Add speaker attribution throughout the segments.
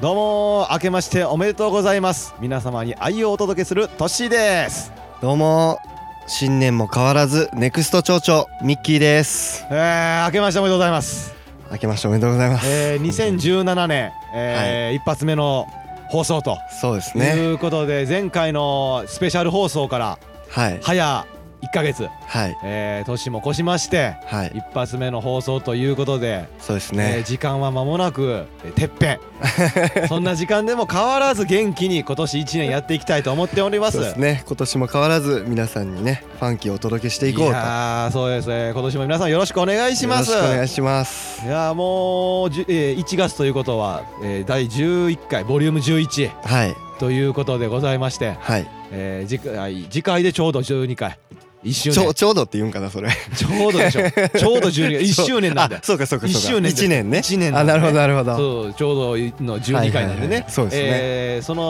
Speaker 1: どうも明けましておめでとうございます皆様に愛をお届けするトッシーです
Speaker 2: どうも新年も変わらずネクスト町長ミッキーです
Speaker 1: えー、明けましておめでとうございます
Speaker 2: 明けましておめでとうございます、
Speaker 1: えー、2017年、えー一発目の放送と
Speaker 2: そうですね
Speaker 1: いうことで、前回のスペシャル放送から
Speaker 2: はい
Speaker 1: 早1ヶ月、
Speaker 2: はい
Speaker 1: えー、年も越しまして
Speaker 2: はい
Speaker 1: 一発目の放送ということで、
Speaker 2: そうです
Speaker 1: えー
Speaker 2: ね
Speaker 1: 時間は間もなく、えーてっぺ んそんな時間でも変わらず元気に今年1年やっていきたいと思っております
Speaker 2: そうですね今年も変わらず皆さんにねファンキーをお届けしていこうとよ
Speaker 1: やーそうですね今年も皆さんよろしくお願いしま
Speaker 2: ろ
Speaker 1: す
Speaker 2: しくお願いします
Speaker 1: いやーもうじゅ、えー1月ということは、えー第11回ボリューム11
Speaker 2: はい
Speaker 1: ということでございまして、
Speaker 2: はい
Speaker 1: えー次回次回でちょうど12回1周
Speaker 2: ちょ
Speaker 1: 年
Speaker 2: ちょうどって言うんかなそれ
Speaker 1: ちょうど でしょちょうど12回1周年なん
Speaker 2: あ
Speaker 1: で
Speaker 2: そうかそうかそうか
Speaker 1: 一周年です
Speaker 2: 一年ね
Speaker 1: 一年な
Speaker 2: あ
Speaker 1: んで
Speaker 2: なるほどなるほど
Speaker 1: そうちょうどの12回なんで
Speaker 2: はいはいはい
Speaker 1: ね
Speaker 2: はいそうですね
Speaker 1: えーその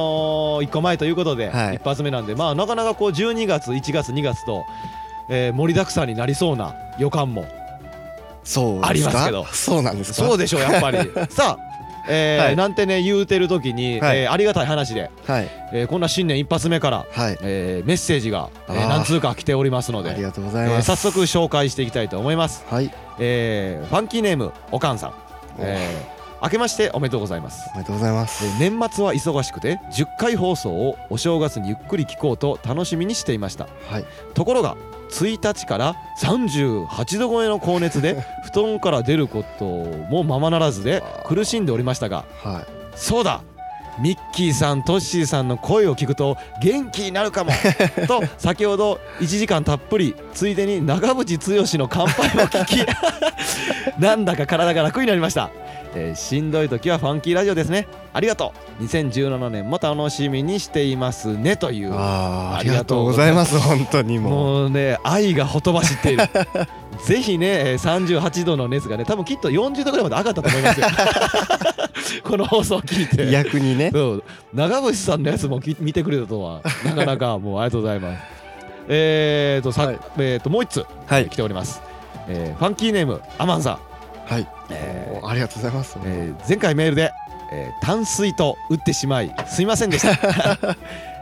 Speaker 1: 1個前ということで、
Speaker 2: はい
Speaker 1: 一発目なんでまあなかなかこう12月1月2月と、えー盛りだくさんになりそうな予感も
Speaker 2: そうですか
Speaker 1: ありますけど
Speaker 2: そうなんですか
Speaker 1: そうでしょうやっぱり さあ、えー
Speaker 2: はい
Speaker 1: なんてね言うてる時に、
Speaker 2: はい
Speaker 1: えーありがたい話で、
Speaker 2: はい
Speaker 1: えーこんな新年一発目から、
Speaker 2: はい
Speaker 1: えーメッセージが、えー
Speaker 2: あー
Speaker 1: 何通か来ておりますの
Speaker 2: あり
Speaker 1: で、
Speaker 2: がとうご
Speaker 1: え
Speaker 2: ざい
Speaker 1: ー
Speaker 2: ます
Speaker 1: 早速紹介していきたいと思います、
Speaker 2: はい
Speaker 1: えーファンキーネームおかんさん、
Speaker 2: お
Speaker 1: えー明けましておめでとうございます
Speaker 2: おめでとうございま
Speaker 1: え
Speaker 2: す
Speaker 1: ー年末は忙しくて10回放送をお正月にゆっくり聞こうと楽しみにしていました
Speaker 2: はい
Speaker 1: ところが1日から38度超えの高熱で布団から出ることもままならずで苦しんでおりましたが
Speaker 2: はい
Speaker 1: そうだミッキーさんトッシーさんの声を聞くと元気になるかもと先ほど1時間たっぷりついでに長渕剛の乾杯を聞きなんだか体が楽になりました、えーしんどい時はファンキーラジオですねありがとう2017年も楽しみにしていますねという
Speaker 2: あー
Speaker 1: あ
Speaker 2: あ
Speaker 1: り
Speaker 2: り
Speaker 1: が
Speaker 2: が
Speaker 1: と
Speaker 2: と
Speaker 1: う
Speaker 2: う
Speaker 1: ご
Speaker 2: ご
Speaker 1: ざ
Speaker 2: ざ
Speaker 1: い
Speaker 2: い
Speaker 1: ま
Speaker 2: ますす本当にもう
Speaker 1: もうね愛がほとばしって いるぜひねえー38度の熱がね多分きっと40度ぐらいまで上がったと思 いますよこの放送を聞いて
Speaker 2: 逆にね
Speaker 1: そう長渕さんのやつもき見てくれたとはなかな かもうありがとうございますえーとさ、
Speaker 2: はい
Speaker 1: えーともう一つ
Speaker 2: はい
Speaker 1: 来ております、えーファンキーネームアマンさん、
Speaker 2: はい
Speaker 1: えー
Speaker 2: おありがとうございます
Speaker 1: えー前回メールで、えー淡水と打ってしまいすいませんで した、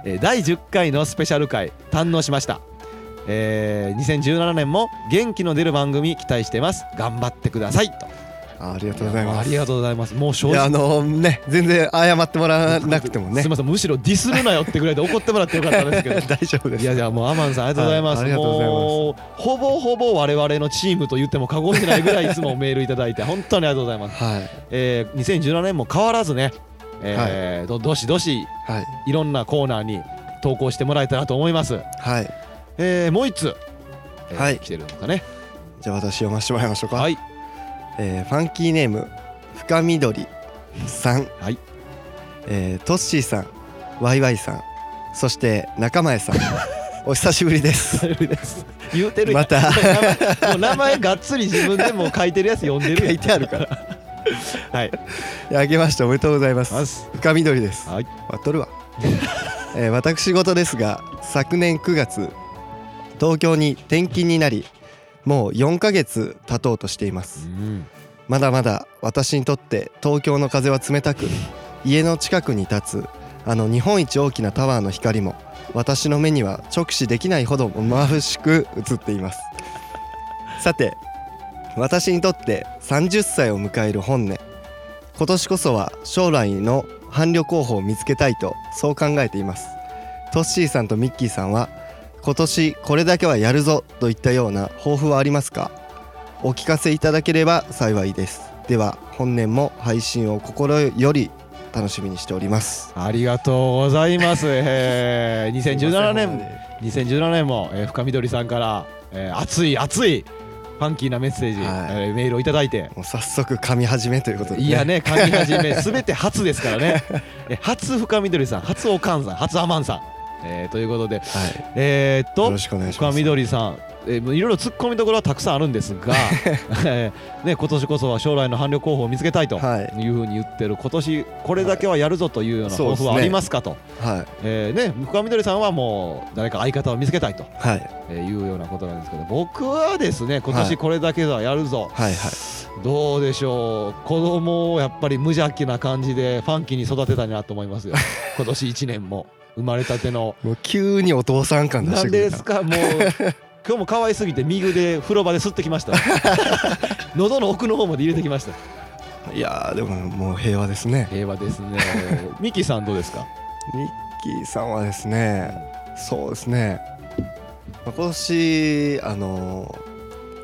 Speaker 1: えー第10回のスペシャル回堪能しました、えー2017年も元気の出る番組期待してます頑張ってくださいと
Speaker 2: あありがとうございます
Speaker 1: ありがとうございますもう正
Speaker 2: いやあの
Speaker 1: 直
Speaker 2: ね全然謝ってもらわなくてもね
Speaker 1: すいませんむしろディスるなよってぐらいで怒ってもらってよかったんで すけど
Speaker 2: 大丈夫で
Speaker 1: いや
Speaker 2: す
Speaker 1: じゃあもうアマンさんありがとうございます。
Speaker 2: はいありがとうございます
Speaker 1: もうほぼほぼ我々のチームと言っても過言でないぐらいいつもメールいただいて本当にありがとうございます。
Speaker 2: はい
Speaker 1: えー、2017年も変わらずね、えーどどしどし
Speaker 2: はい
Speaker 1: いろんなコーナーに投稿してもらえたらと思います。
Speaker 2: はい
Speaker 1: えー、もう一つ、えー
Speaker 2: はい
Speaker 1: 来てるのかね。
Speaker 2: じゃあ私読ませてもらいましょうか
Speaker 1: はい。
Speaker 2: えーファンキーネーム深緑さん、
Speaker 1: はい
Speaker 2: えートッシーさんワイワイさんそして中前 さんお久しぶりです
Speaker 1: 大丈夫です言うてるやん
Speaker 2: また
Speaker 1: もう名前がっつり自分でもう書いてるやつ読んでる
Speaker 2: 書
Speaker 1: やん
Speaker 2: いてあるから
Speaker 1: はい。
Speaker 2: あげましておめでとうございます
Speaker 1: ます
Speaker 2: 深緑です
Speaker 1: はい。
Speaker 2: わとるわ、 えー私事ですが昨年9月東京に転勤になりもう4ヶ月経とうとしています
Speaker 1: うん。
Speaker 2: まだまだ私にとって東京の風は冷たく家の近くに立つあの日本一大きなタワーの光も私の目には直視できないほど眩しく映っていますさて私にとって30歳を迎える本音今年こそは将来の伴侶候補を見つけたいとそう考えていますトッシーさんとミッキーさんは今年これだけはやるぞといったような抱負はありますかお聞かせいただければ幸いですでは本年も配信を心より楽しみにしております
Speaker 1: ありがとうございます。えー2017年、2017年も、えー深緑さんから、えー熱い熱いファンキーなメッセージ、
Speaker 2: はい
Speaker 1: えーメールをいただいて。
Speaker 2: もう早速噛み始めということで、
Speaker 1: いやね、噛み始め、すべて初ですからね。え初深緑さん、初おかんさん、初アマンさん。えーということで、
Speaker 2: は
Speaker 1: えーっ
Speaker 2: い、よ
Speaker 1: と
Speaker 2: ろ、しくお願いしま
Speaker 1: 深
Speaker 2: す
Speaker 1: 緑さん、えーもういろいろ突っ込みどころはたくさんあるんです が、えーね、今年こそは将来の伴侶候補を見つけたいと。
Speaker 2: はい
Speaker 1: いうふうに言ってる今年これだけはやるぞというような抱負はありますかと、
Speaker 2: はい
Speaker 1: えーね、深緑さんはもう誰か相方を見つけたいと
Speaker 2: はい
Speaker 1: えーいうようなことなんですけど僕はですね今
Speaker 2: はい
Speaker 1: 年これだけはやるぞ、
Speaker 2: はいはい
Speaker 1: どうでしょう子供をやっぱり無邪気な感じでファンキーに育てたいなと思 いますよ今年1年も生まれたての
Speaker 2: もう急にお父さん感出し
Speaker 1: な
Speaker 2: て
Speaker 1: ん
Speaker 2: く
Speaker 1: で
Speaker 2: る
Speaker 1: す
Speaker 2: か
Speaker 1: かもう今日も可愛すぎて右で風呂場で吸ってきました 喉の奥の方まで入れてきました
Speaker 2: らいやーでももう平和ですね
Speaker 1: 平和ですね ミキさんどうですか
Speaker 2: ミッキーさんはですねそうですねまあ今年あのー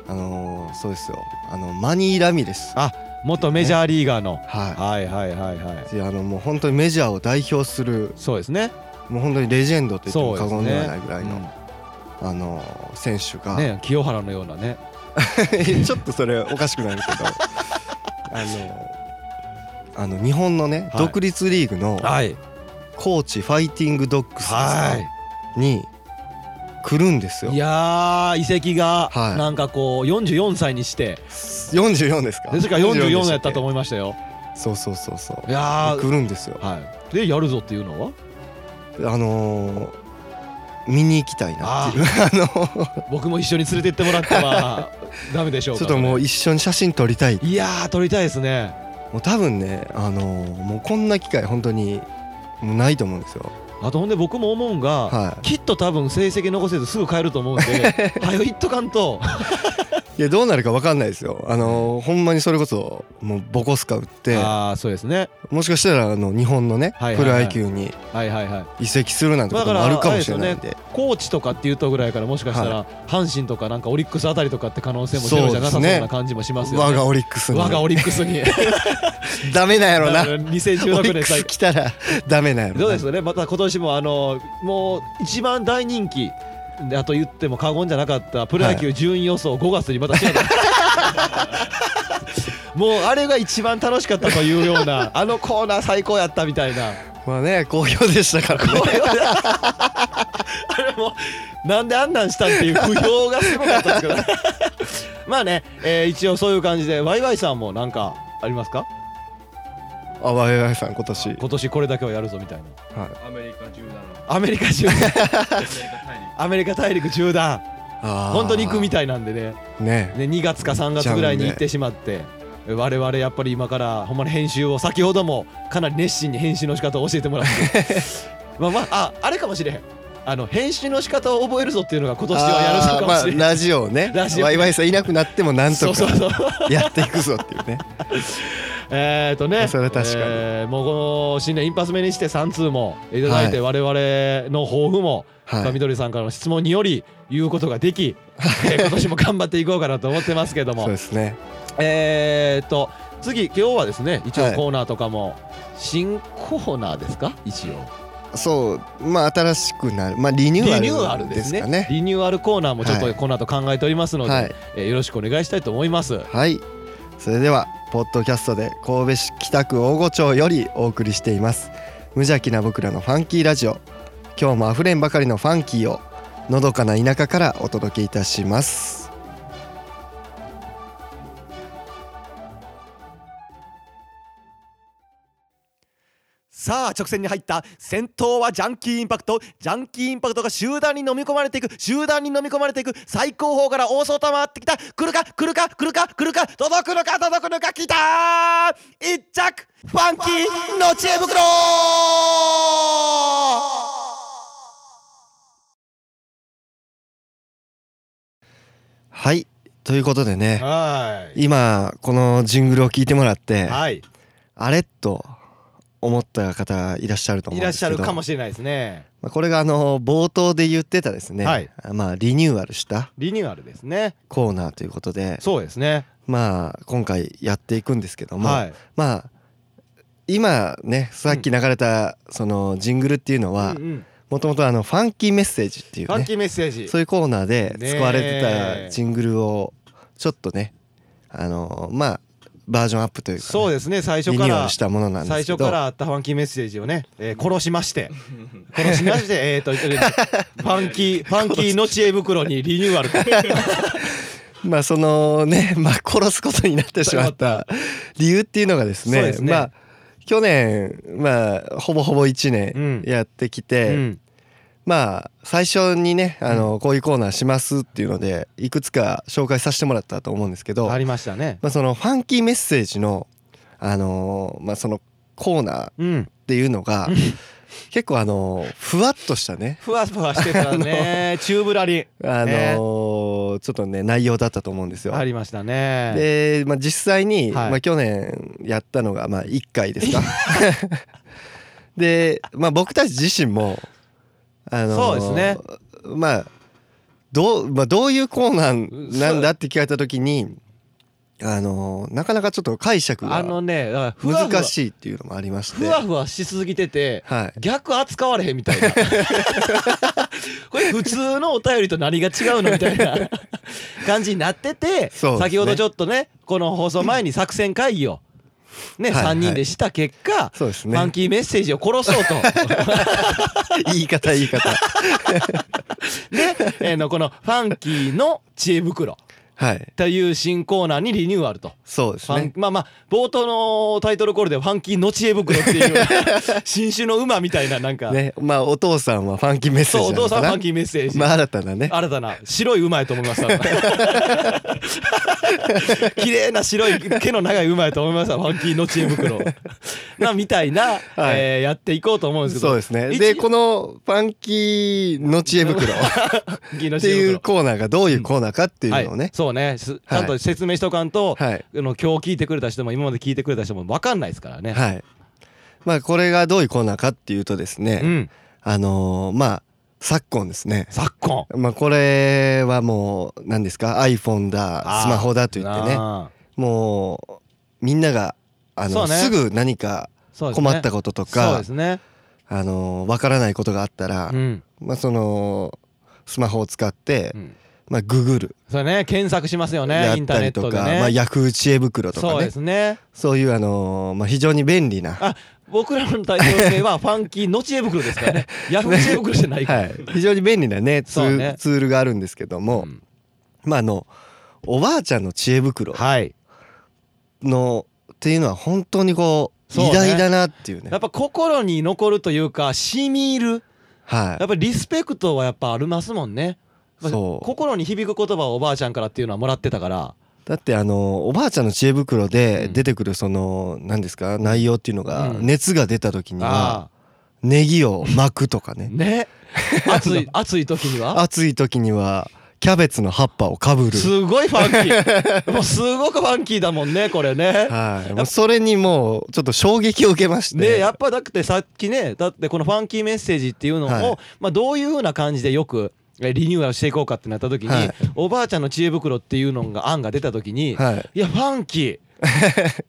Speaker 2: あのーそうですよあのマニー・ラミです
Speaker 1: 元メジャーリーガーの、
Speaker 2: は
Speaker 1: はいはいはいはい
Speaker 2: いであのもう本当にメジャーを代表する
Speaker 1: そうですね
Speaker 2: もう本当にレジェンドと言って
Speaker 1: そ
Speaker 2: も
Speaker 1: う
Speaker 2: 過
Speaker 1: です
Speaker 2: 言ではな
Speaker 1: ね
Speaker 2: いぐらいの、あのー選手
Speaker 1: うん
Speaker 2: が、
Speaker 1: ね清原のようなね
Speaker 2: ちょっとそれおかしくなるけ どあのあの日本のね、
Speaker 1: はい
Speaker 2: 独立リーグの
Speaker 1: はい
Speaker 2: コーチファイティングドッグスですか
Speaker 1: はい
Speaker 2: に来るんですよ
Speaker 1: いやー遺跡が
Speaker 2: はい
Speaker 1: なんかこう44歳にして、
Speaker 2: 44ですか
Speaker 1: ですから44やったと
Speaker 2: 思
Speaker 1: 思いましたよ
Speaker 2: そうそうそうそう
Speaker 1: いや
Speaker 2: 来
Speaker 1: ー
Speaker 2: るんですよ
Speaker 1: はいでやるぞっていうのは
Speaker 2: あのー見に行きたいなっていう あの
Speaker 1: 僕も一緒に連れてってもらって はダメでしょう
Speaker 2: ちょ
Speaker 1: か
Speaker 2: っともう一緒に写真撮りたい
Speaker 1: いやー撮りたいですね
Speaker 2: もう多分ねあのーもうこんな機会本当にもうないと思うんですよ
Speaker 1: あとほんで僕も思うんが、
Speaker 2: は
Speaker 1: きっと多分成績残せずすぐ帰ると思うん で早いっとかんと
Speaker 2: いいやどうなるか分かんないですよあのーほんまにそれこそもうボコスカ打って
Speaker 1: ああそうですね
Speaker 2: もしかしたらあの日本のね
Speaker 1: はいはいはい
Speaker 2: プロ野球に
Speaker 1: はいはいはい
Speaker 2: 移籍するなんてこともあるかもしれないんで
Speaker 1: 高知とかっていうとぐらいからもしかしたら阪神とかなんかオリックスあたりとかって可能性もゼロじゃなさそうな感じもしますよ
Speaker 2: 我
Speaker 1: ね
Speaker 2: がオリックスに
Speaker 1: 我がオリックスに
Speaker 2: ダメなんやろなオリ
Speaker 1: 2016
Speaker 2: ッ
Speaker 1: 年
Speaker 2: ク
Speaker 1: 最
Speaker 2: ス来たら ダメなんやろな
Speaker 1: どうですかねまた今年もあのもう一番大人気だと言っても過言じゃなかったプロ野球順位予想5月にまたしなかったもうあれが一番楽しかったというようなあのコーナー最高やったみたいな
Speaker 2: まあね好評でしたからね
Speaker 1: あれもなんであんなんしたんっていう不評がすごかったんですけどまあね、えー一応そういう感じでワイワイさんもなんかありますか
Speaker 2: あわいわいさん今年
Speaker 1: 今年これだけはやるぞみたいな
Speaker 3: アメリカ17、
Speaker 1: アメリカ中
Speaker 3: アメ
Speaker 1: アメリ
Speaker 3: リカ大陸
Speaker 1: カ大陸中断本
Speaker 2: 本
Speaker 1: 当に行くみたいなんでね
Speaker 2: ね
Speaker 1: ね2月か3月ぐらいに行ってしまって。我々やっぱり今からほんまに編集を先ほどもかなり熱心に編集の仕方を教えてもらって まあまあああれかもしれへんあの編集の仕方を覚えるぞっていうのが今年はやるぞ
Speaker 2: あ
Speaker 1: かもしれへん、
Speaker 2: ーまあラジオね
Speaker 1: ラジオね
Speaker 2: わいわいさんいなくなってもなん
Speaker 1: そ
Speaker 2: と
Speaker 1: うそう
Speaker 2: か
Speaker 1: そ う
Speaker 2: やっていくぞっていうね
Speaker 1: えーとね、
Speaker 2: それは確かに
Speaker 1: えーもうこの新年一発目にして3通もいただいて、我々の抱負も、
Speaker 2: は
Speaker 1: 深
Speaker 2: い
Speaker 1: 緑さんからの質問により言うことが でき、えー今年も頑張っていこうかなと思ってますけ ど
Speaker 2: そう
Speaker 1: も
Speaker 2: で、すね
Speaker 1: えーと次今日はですね一応
Speaker 2: はい
Speaker 1: コーナーとかも、新コーナーですか一応
Speaker 2: そうまあ新しくなるまあリニ
Speaker 1: リ
Speaker 2: ュ
Speaker 1: ニ
Speaker 2: ー
Speaker 1: ュー
Speaker 2: ア
Speaker 1: ア
Speaker 2: ル
Speaker 1: ル
Speaker 2: で
Speaker 1: ですす
Speaker 2: か
Speaker 1: ね
Speaker 2: ね
Speaker 1: リニューアルコーナーもちょっ
Speaker 2: は
Speaker 1: と
Speaker 2: い
Speaker 1: この後考えておりますので、
Speaker 2: はい
Speaker 1: えーよろしくお願いしたいと思います。
Speaker 2: はいそれではポッドキャストで神戸市北区大御町よりお送りしています無邪気な僕らのファンキーラジオ今日もあふれんばかりのファンキーをのどかな田舎からお届けいたします
Speaker 1: さあ直線に入った先頭はジャンキーインパクトジャンキーインパクトが集団に飲み込まれていく集団に飲み込まれていく最高峰から大外回ってきた来るか来るか来るか来るか届くのか届くのか来たー一着ファンキーの知恵袋
Speaker 2: はいということでね
Speaker 1: は
Speaker 2: 今このジングルを聞いてもらって
Speaker 1: はい
Speaker 2: あれと思った方いらっしゃると思うんですけど
Speaker 1: しれないですね
Speaker 2: まあこれがあの冒頭で言ってたですね、
Speaker 1: はい
Speaker 2: まあリニューアルした
Speaker 1: リニューアルですね
Speaker 2: コーナーということで
Speaker 1: そうですね
Speaker 2: まあ今回やっていくんですけども、
Speaker 1: い
Speaker 2: まあ今ねさっき流れたそのジングルっていうのは
Speaker 1: うんうん
Speaker 2: もともとあのファンキーメッセージってい
Speaker 1: フ
Speaker 2: う
Speaker 1: ァン
Speaker 2: ね
Speaker 1: キーメッセージ
Speaker 2: そういうコーナーで使われて
Speaker 1: ねえ
Speaker 2: たジングルをちょっとねあのまあバージョンアップというかね
Speaker 1: そうですね最初
Speaker 2: リ
Speaker 1: か
Speaker 2: ニューア
Speaker 1: ら
Speaker 2: ルしたものなんで
Speaker 1: 最
Speaker 2: すけ
Speaker 1: 初
Speaker 2: ど
Speaker 1: からあったファンキーメッセージをね、えー殺しま して殺しましてえーとファンキーファンキーの知恵袋にリニューアル
Speaker 2: まあそのね、 まあ、殺すことになってしまった理由っていうのがです
Speaker 1: そ
Speaker 2: ね
Speaker 1: うですね
Speaker 2: まあ去年まあほぼほぼ1年
Speaker 1: うん
Speaker 2: やってきて、
Speaker 1: うん
Speaker 2: まあ最初にねあのこういうコーナーしますっていうのでいくつか紹介させてもらったと思うんですけど、
Speaker 1: ありましたね
Speaker 2: まあ、そのファンキーメッセージのあのーまあそのコーナーっ
Speaker 1: うん
Speaker 2: ていうのが結構あのーふわっとしたね
Speaker 1: ふわふわしてた ねチューブラリン
Speaker 2: あの
Speaker 1: ね
Speaker 2: ーちょっとね内容だったと思うんですよ。
Speaker 1: ありましたね
Speaker 2: で、まあ、実際に、
Speaker 1: はい
Speaker 2: まあ、去年やったのが、まあ、1回です か。で、まあ、僕たち自身もあの
Speaker 1: そうですね
Speaker 2: まあどうまあ、どういうコーナーなんだって聞かれた時にあのなかなかちょっと解釈が
Speaker 1: あのねだからふわふわ
Speaker 2: 難しいっていうのもありまして
Speaker 1: ふわふわしすぎてて
Speaker 2: はい、
Speaker 1: 逆扱われへんみ たいなこれ普通のお便りと何が違うのみたいな 感じになってて、
Speaker 2: そうですね
Speaker 1: 先ほどちょっとねこの放送前に作戦会議をね、
Speaker 2: はい
Speaker 1: 3人でした結果、
Speaker 2: そうです
Speaker 1: ファン
Speaker 2: ね
Speaker 1: キーメッセージを殺そう と
Speaker 2: 言い方言い方
Speaker 1: で、えーのこの「ファンキーの知恵袋
Speaker 2: はい」
Speaker 1: という新コーナーにリニューアルと。
Speaker 2: そうです
Speaker 1: ファン
Speaker 2: ね
Speaker 1: まあまあ冒頭のタイトルコールで「ファンキーの知恵袋」っていう 新種の馬みたいななんか、
Speaker 2: ねまあお父さんはファンキーメッセー
Speaker 1: そう
Speaker 2: ジな
Speaker 1: お
Speaker 2: の
Speaker 1: 父
Speaker 2: か
Speaker 1: さんフ
Speaker 2: な
Speaker 1: ァンキーメッセージ、
Speaker 2: まあ新たなね
Speaker 1: 新たな白い馬やと思いました 綺麗な白い毛の長い馬やと思いましたファンキーの知恵袋なみたいな、えーやっていこうと思うんですけど
Speaker 2: そうですね
Speaker 1: 一
Speaker 2: でこの「ファンキーの知恵 袋」
Speaker 1: ファンキーの
Speaker 2: っ
Speaker 1: 知
Speaker 2: て
Speaker 1: 恵
Speaker 2: い
Speaker 1: 袋
Speaker 2: うコーナーがどういうコーナーかっていうのを
Speaker 1: はい
Speaker 2: ね、
Speaker 1: そうねすちゃんと説明しとかんと、
Speaker 2: はい
Speaker 1: あの今日聞いてくれた人も今まで聞いてくれた人も分かんないですからね、
Speaker 2: はいまあこれがどういうコーナーかっていうとですね、
Speaker 1: うん
Speaker 2: あのーまあ昨今ですね
Speaker 1: 昨今
Speaker 2: まあこれはもう何ですか iPhone だ
Speaker 1: あー
Speaker 2: スマホだと言ってね
Speaker 1: あー
Speaker 2: もうみんながあ
Speaker 1: そ
Speaker 2: の、
Speaker 1: うね
Speaker 2: すぐ何か
Speaker 1: そうですね
Speaker 2: 困ったことと
Speaker 1: そう
Speaker 2: か、
Speaker 1: ですね、
Speaker 2: あのーわからないことがあったら、
Speaker 1: うん
Speaker 2: まあそのスマホを使って、
Speaker 1: うん
Speaker 2: まあググる
Speaker 1: それね検索しますよ
Speaker 2: であ
Speaker 1: ねイ
Speaker 2: っ
Speaker 1: ンター
Speaker 2: た
Speaker 1: ネッ
Speaker 2: り
Speaker 1: ト
Speaker 2: と
Speaker 1: で
Speaker 2: か、
Speaker 1: ね,、
Speaker 2: まあヤフー知恵袋とかね
Speaker 1: そう
Speaker 2: そう
Speaker 1: ですね
Speaker 2: いうあのーまあ非常に便利な
Speaker 1: あ僕らのタイトル名はファンキ ーの知恵袋ですからね。ヤフー知恵袋じゃないから。
Speaker 2: はい、非常に便利なねツ
Speaker 1: そう
Speaker 2: ー
Speaker 1: ね
Speaker 2: ツールがあるんですけども、
Speaker 1: うん
Speaker 2: まああのおばあちゃんの知恵袋
Speaker 1: はい。
Speaker 2: のっていうのは本当にこう
Speaker 1: そうね
Speaker 2: 偉大だなっていうね
Speaker 1: やっぱ心に残るというか、染み入る。
Speaker 2: は
Speaker 1: やっぱりリスペクトはやっぱありますもんね。やっぱ
Speaker 2: そう
Speaker 1: 心に響く言葉をおばあちゃんからっていうのはもらってたから。
Speaker 2: いだってあのおばあちゃんの知恵袋で
Speaker 1: うん
Speaker 2: 出てくるその何ですか内容っていうのが
Speaker 1: うん
Speaker 2: 熱が出た時には
Speaker 1: あ
Speaker 2: ネギを巻くとか
Speaker 1: あ。
Speaker 2: ね
Speaker 1: ね。暑い、暑い時には。
Speaker 2: 暑い時にはキャベツの葉っぱをかぶる
Speaker 1: すごいファン キー。もうすごくファンキーだもんね、これね。
Speaker 2: はいもうそれにもうちょっと衝撃を受けまして
Speaker 1: でやっぱだってさっきねだってこのファンキーメッセージっていうのを、
Speaker 2: はい
Speaker 1: まあ、どういうふうな感じでよくえーリニューアルしていこうかってなった時に、
Speaker 2: はい
Speaker 1: おばあちゃんの知恵袋っていうのが案が出た時に、
Speaker 2: はい
Speaker 1: い、やファン キー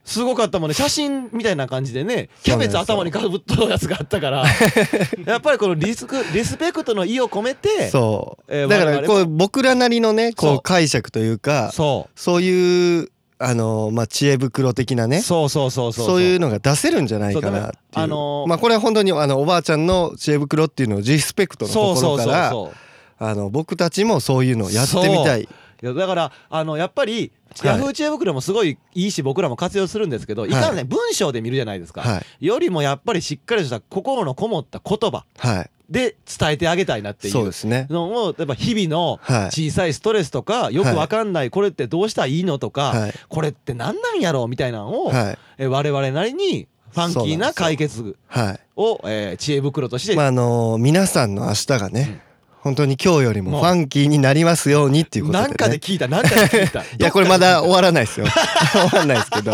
Speaker 1: すごかったもんね写真みたいな感じでねキャベツ頭にかぶっとるやつがあったから やっぱりこのリスクリスペクトの意を込めてそ
Speaker 2: そう、
Speaker 1: えー
Speaker 2: だか
Speaker 1: 我
Speaker 2: ら
Speaker 1: 々
Speaker 2: こ
Speaker 1: も
Speaker 2: う僕らなりのねこ
Speaker 1: そう
Speaker 2: う解釈という
Speaker 1: う
Speaker 2: か
Speaker 1: そ
Speaker 2: そういうあのーまあ知恵袋的な
Speaker 1: う
Speaker 2: ねそう
Speaker 1: そうそうそうそう
Speaker 2: いうのが出せるんじゃないかなっていう
Speaker 1: そうだからあのー
Speaker 2: まあこれは本当にあのおばあちゃんの知恵袋っていうのをリスペクトの
Speaker 1: そうそ
Speaker 2: 心
Speaker 1: う
Speaker 2: か
Speaker 1: そう
Speaker 2: ら
Speaker 1: そう
Speaker 2: あの僕たちもそういうのをやってみたい
Speaker 1: いやだからあのやっぱり、
Speaker 2: はい
Speaker 1: ヤフー知恵袋もすごいいいし僕らも活用するんですけどいかんね、
Speaker 2: は
Speaker 1: 文章で見るじゃないですか、
Speaker 2: はい
Speaker 1: よりもやっぱりしっかりとした心のこもった言葉
Speaker 2: は
Speaker 1: で伝えてあげたいなって
Speaker 2: い
Speaker 1: い
Speaker 2: そう
Speaker 1: う
Speaker 2: ですね
Speaker 1: のをやっぱ日々の
Speaker 2: はい
Speaker 1: 小さいストレスとかよくわかんない、これってどうしたらいいのとか、
Speaker 2: はい
Speaker 1: これって何なんやろうみたいなのを、
Speaker 2: はい
Speaker 1: え我々なりにファンキ
Speaker 2: そうなん
Speaker 1: ー
Speaker 2: です
Speaker 1: な
Speaker 2: よ
Speaker 1: 解決
Speaker 2: は
Speaker 1: を、えー知恵袋とし
Speaker 2: い
Speaker 1: て、
Speaker 2: まああのー皆さんの明日がね本当に今日よりもファンキーになりますようにっていうことで
Speaker 1: な
Speaker 2: ね
Speaker 1: んかで聞いたなんかで聞いたい
Speaker 2: いやこれまだ終わらないですよ 終わらないですけど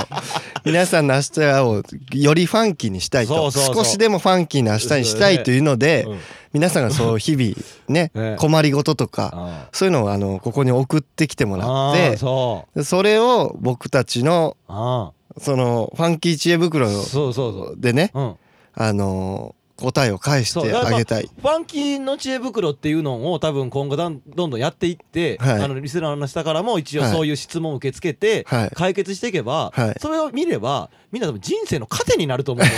Speaker 2: 皆さんの明日をよりファンキーにしたいと
Speaker 1: そうそうそ
Speaker 2: 少
Speaker 1: う
Speaker 2: しでもファンキーな明日にしたいというので、
Speaker 1: うん
Speaker 2: 皆さんがそう日々 ね
Speaker 1: ええ
Speaker 2: 困りごととか
Speaker 1: あ
Speaker 2: そういうのをあのここに送ってきても
Speaker 1: ー
Speaker 2: らっ
Speaker 1: あー
Speaker 2: て
Speaker 1: そう
Speaker 2: それを僕たちの
Speaker 1: あ
Speaker 2: そのファンキー知恵袋
Speaker 1: そうそうそう
Speaker 2: でね
Speaker 1: うん、
Speaker 2: あのー答えを返してあげたい
Speaker 1: ファンキーの知恵袋っていうのを多分今後だんどんどんやっていって、
Speaker 2: はい
Speaker 1: あのリスナーの下からも一応
Speaker 2: はい
Speaker 1: そういう質問を受け付けて、
Speaker 2: はい
Speaker 1: 解決していけば、
Speaker 2: はい
Speaker 1: それを見ればみんな多分人生の糧になると思う